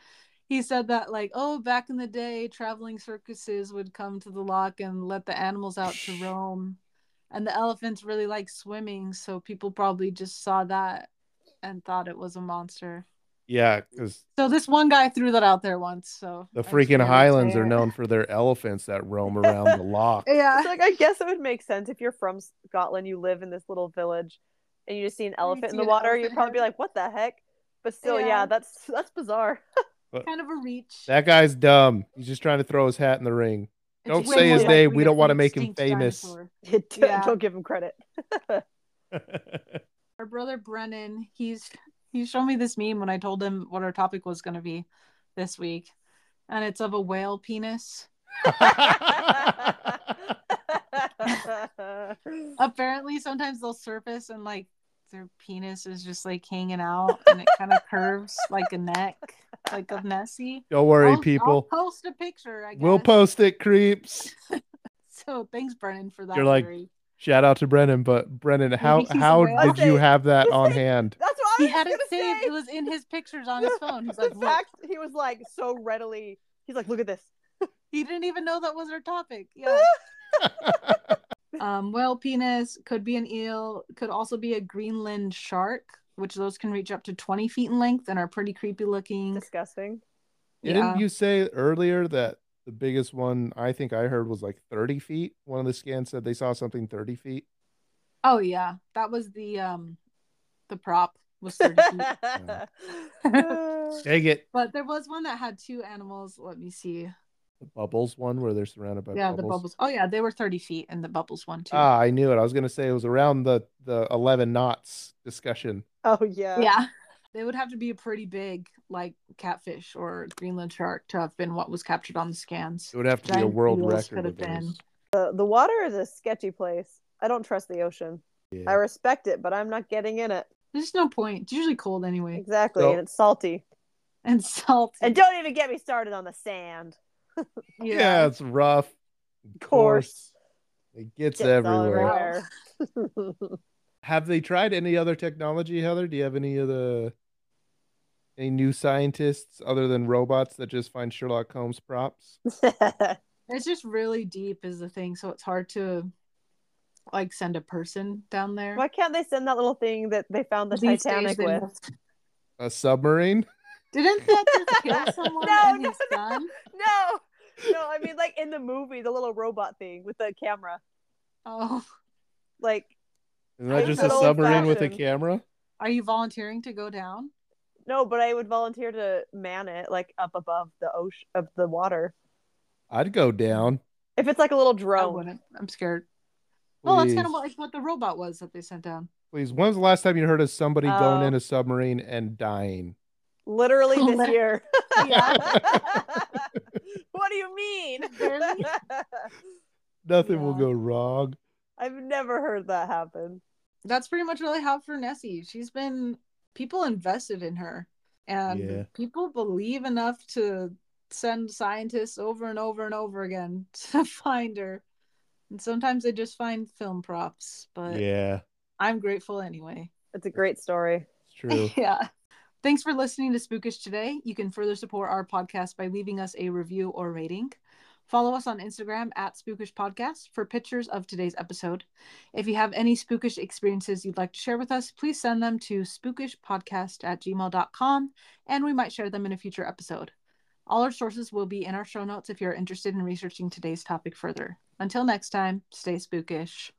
S2: he said that like, oh, back in the day, traveling circuses would come to the lock and let the animals out to roam, and the elephants really like swimming, so people probably just saw that and thought it was a monster.
S3: Yeah, because
S2: So this one guy threw that out there once. So
S3: the
S2: I just figured
S3: freaking
S2: I'd
S3: highlands
S2: say
S3: are
S2: it.
S3: known for their elephants that roam around the lock.
S2: Yeah.
S1: It's like I guess it would make sense if you're from Scotland, you live in this little village, and you just see an elephant in
S2: see
S1: the
S2: an
S1: water.
S2: elephant
S1: You'd probably be
S2: head.
S1: like, "What the heck?" But still, yeah,
S2: Yeah.
S1: that's that's bizarre.
S2: kind of a reach.
S3: That guy's dumb. He's just trying to throw his hat in the ring.
S2: It's
S3: don't
S2: way
S3: say
S2: more
S3: his
S2: likely
S3: name. We
S2: it's
S3: don't
S2: an
S3: wanna make him
S2: extinct
S3: famous.
S2: dinosaur.
S1: don't,
S2: Yeah.
S1: don't give him credit.
S2: Our brother Brennan, he's he showed me this meme when I told him what our topic was going to be this week, and it's of a whale penis. Apparently, sometimes they'll surface and like their penis is just like hanging out, and it kind of curves like a neck, like a Nessie.
S3: don't worry,
S2: I'll- I'll
S3: people.
S2: post a picture. I guess.
S3: we'll post it, creeps.
S2: So thanks, Brennan, for that.
S3: You're like,
S2: theory.
S3: Shout out to Brennan, but Brennan, how
S2: he's
S3: how
S2: aware.
S3: did you
S1: Okay.
S3: have that
S1: Just
S3: on
S1: say-
S3: hand?
S1: That's what I
S2: he
S1: was
S2: had it
S1: gonna
S2: saved.
S1: say.
S2: It was in his pictures on his phone. He's like,
S1: The
S2: look,
S1: fact he was like so readily. He's like, "Look at this."
S2: he didn't even know that was our topic. Yeah. um, whale penis could be an eel, could also be a Greenland shark, which those can reach up to 20 feet in length and are pretty creepy looking.
S1: Disgusting.
S3: Didn't
S2: Yeah.
S3: you say earlier that the biggest one I think I heard was like 30 feet? One of the scans said they saw something 30 feet.
S2: Oh yeah. That was the um the prop was 30 feet.
S3: Dang it.
S2: But there was one that had two animals. Let me see.
S3: The bubbles one where they're surrounded by
S2: Yeah,
S3: bubbles.
S2: the bubbles. Oh yeah, they were 30 feet and the bubbles one too.
S3: Ah, I knew it. I was gonna say it was around the the 11 knots discussion.
S1: oh yeah.
S2: yeah. They would have to be a pretty big like catfish or Greenland shark to have been what was captured on the scans.
S3: It would have to be a
S2: Giant
S3: world
S2: eels
S3: record.
S2: could have
S3: of those.
S1: The the water is a sketchy place. I don't trust the ocean.
S3: Yeah.
S1: I respect it, but I'm not getting in it.
S2: There's no point. It's usually cold anyway.
S1: Exactly,
S3: So-
S1: and it's salty.
S2: And salty.
S1: And don't even get me started on the sand.
S3: yeah. it's rough. Of
S1: course.
S3: It gets
S1: It's
S3: everywhere.
S2: around.
S1: all over.
S3: Have they tried any other technology, Heather? Do you have any of the any new scientists other than robots that just find Sherlock Holmes props?
S2: It's just really deep is the thing, so it's hard to like send a person down there.
S1: Why can't they send that little thing that they found the
S2: These days
S1: Titanic
S2: they
S1: with?
S2: must-
S3: A submarine?
S2: Didn't that just kill someone
S1: No,
S2: and
S1: no,
S2: his
S1: no.
S2: son?
S1: No, no, I mean like in the movie, the little robot thing with the camera.
S2: Oh,
S1: Like,
S3: Isn't
S1: I
S3: that just a
S1: said old
S3: submarine with a
S1: fashioned.
S3: camera?
S2: are you volunteering to go down?
S1: no, but I would volunteer to man it, like up above the ocean, of the water.
S3: I'd go down.
S1: If it's like a little
S2: I
S1: drone,
S2: wouldn't. I'm scared. Well, Oh, that's
S3: Please.
S2: kind of like what the robot was that they sent down.
S3: Please. When was the last time you heard of somebody going
S1: Oh.
S3: in a submarine and dying?
S1: literally this
S2: Lit-
S1: year.
S2: Yeah.
S1: what do you mean?
S2: Barely.
S3: Nothing will
S2: Yeah.
S3: go wrong.
S1: I've never heard that happen.
S2: that's pretty much all I have for Nessie. She's been people invested in her, and
S3: Yeah.
S2: people believe enough to send scientists over and over and over again to find her. And sometimes they just find film props, but
S3: yeah,
S2: I'm grateful anyway.
S5: It's a great story.
S3: it's true.
S2: Yeah. Thanks for listening to Spookish today. You can further support our podcast by leaving us a review or rating. Follow us on Instagram at Spookish Podcast for pictures of today's episode. If you have any spookish experiences you'd like to share with us, please send them to spookishpodcast at gmail.com and we might share them in a future episode. All our sources will be in our show notes if you're interested in researching today's topic further. Until next time, stay spookish.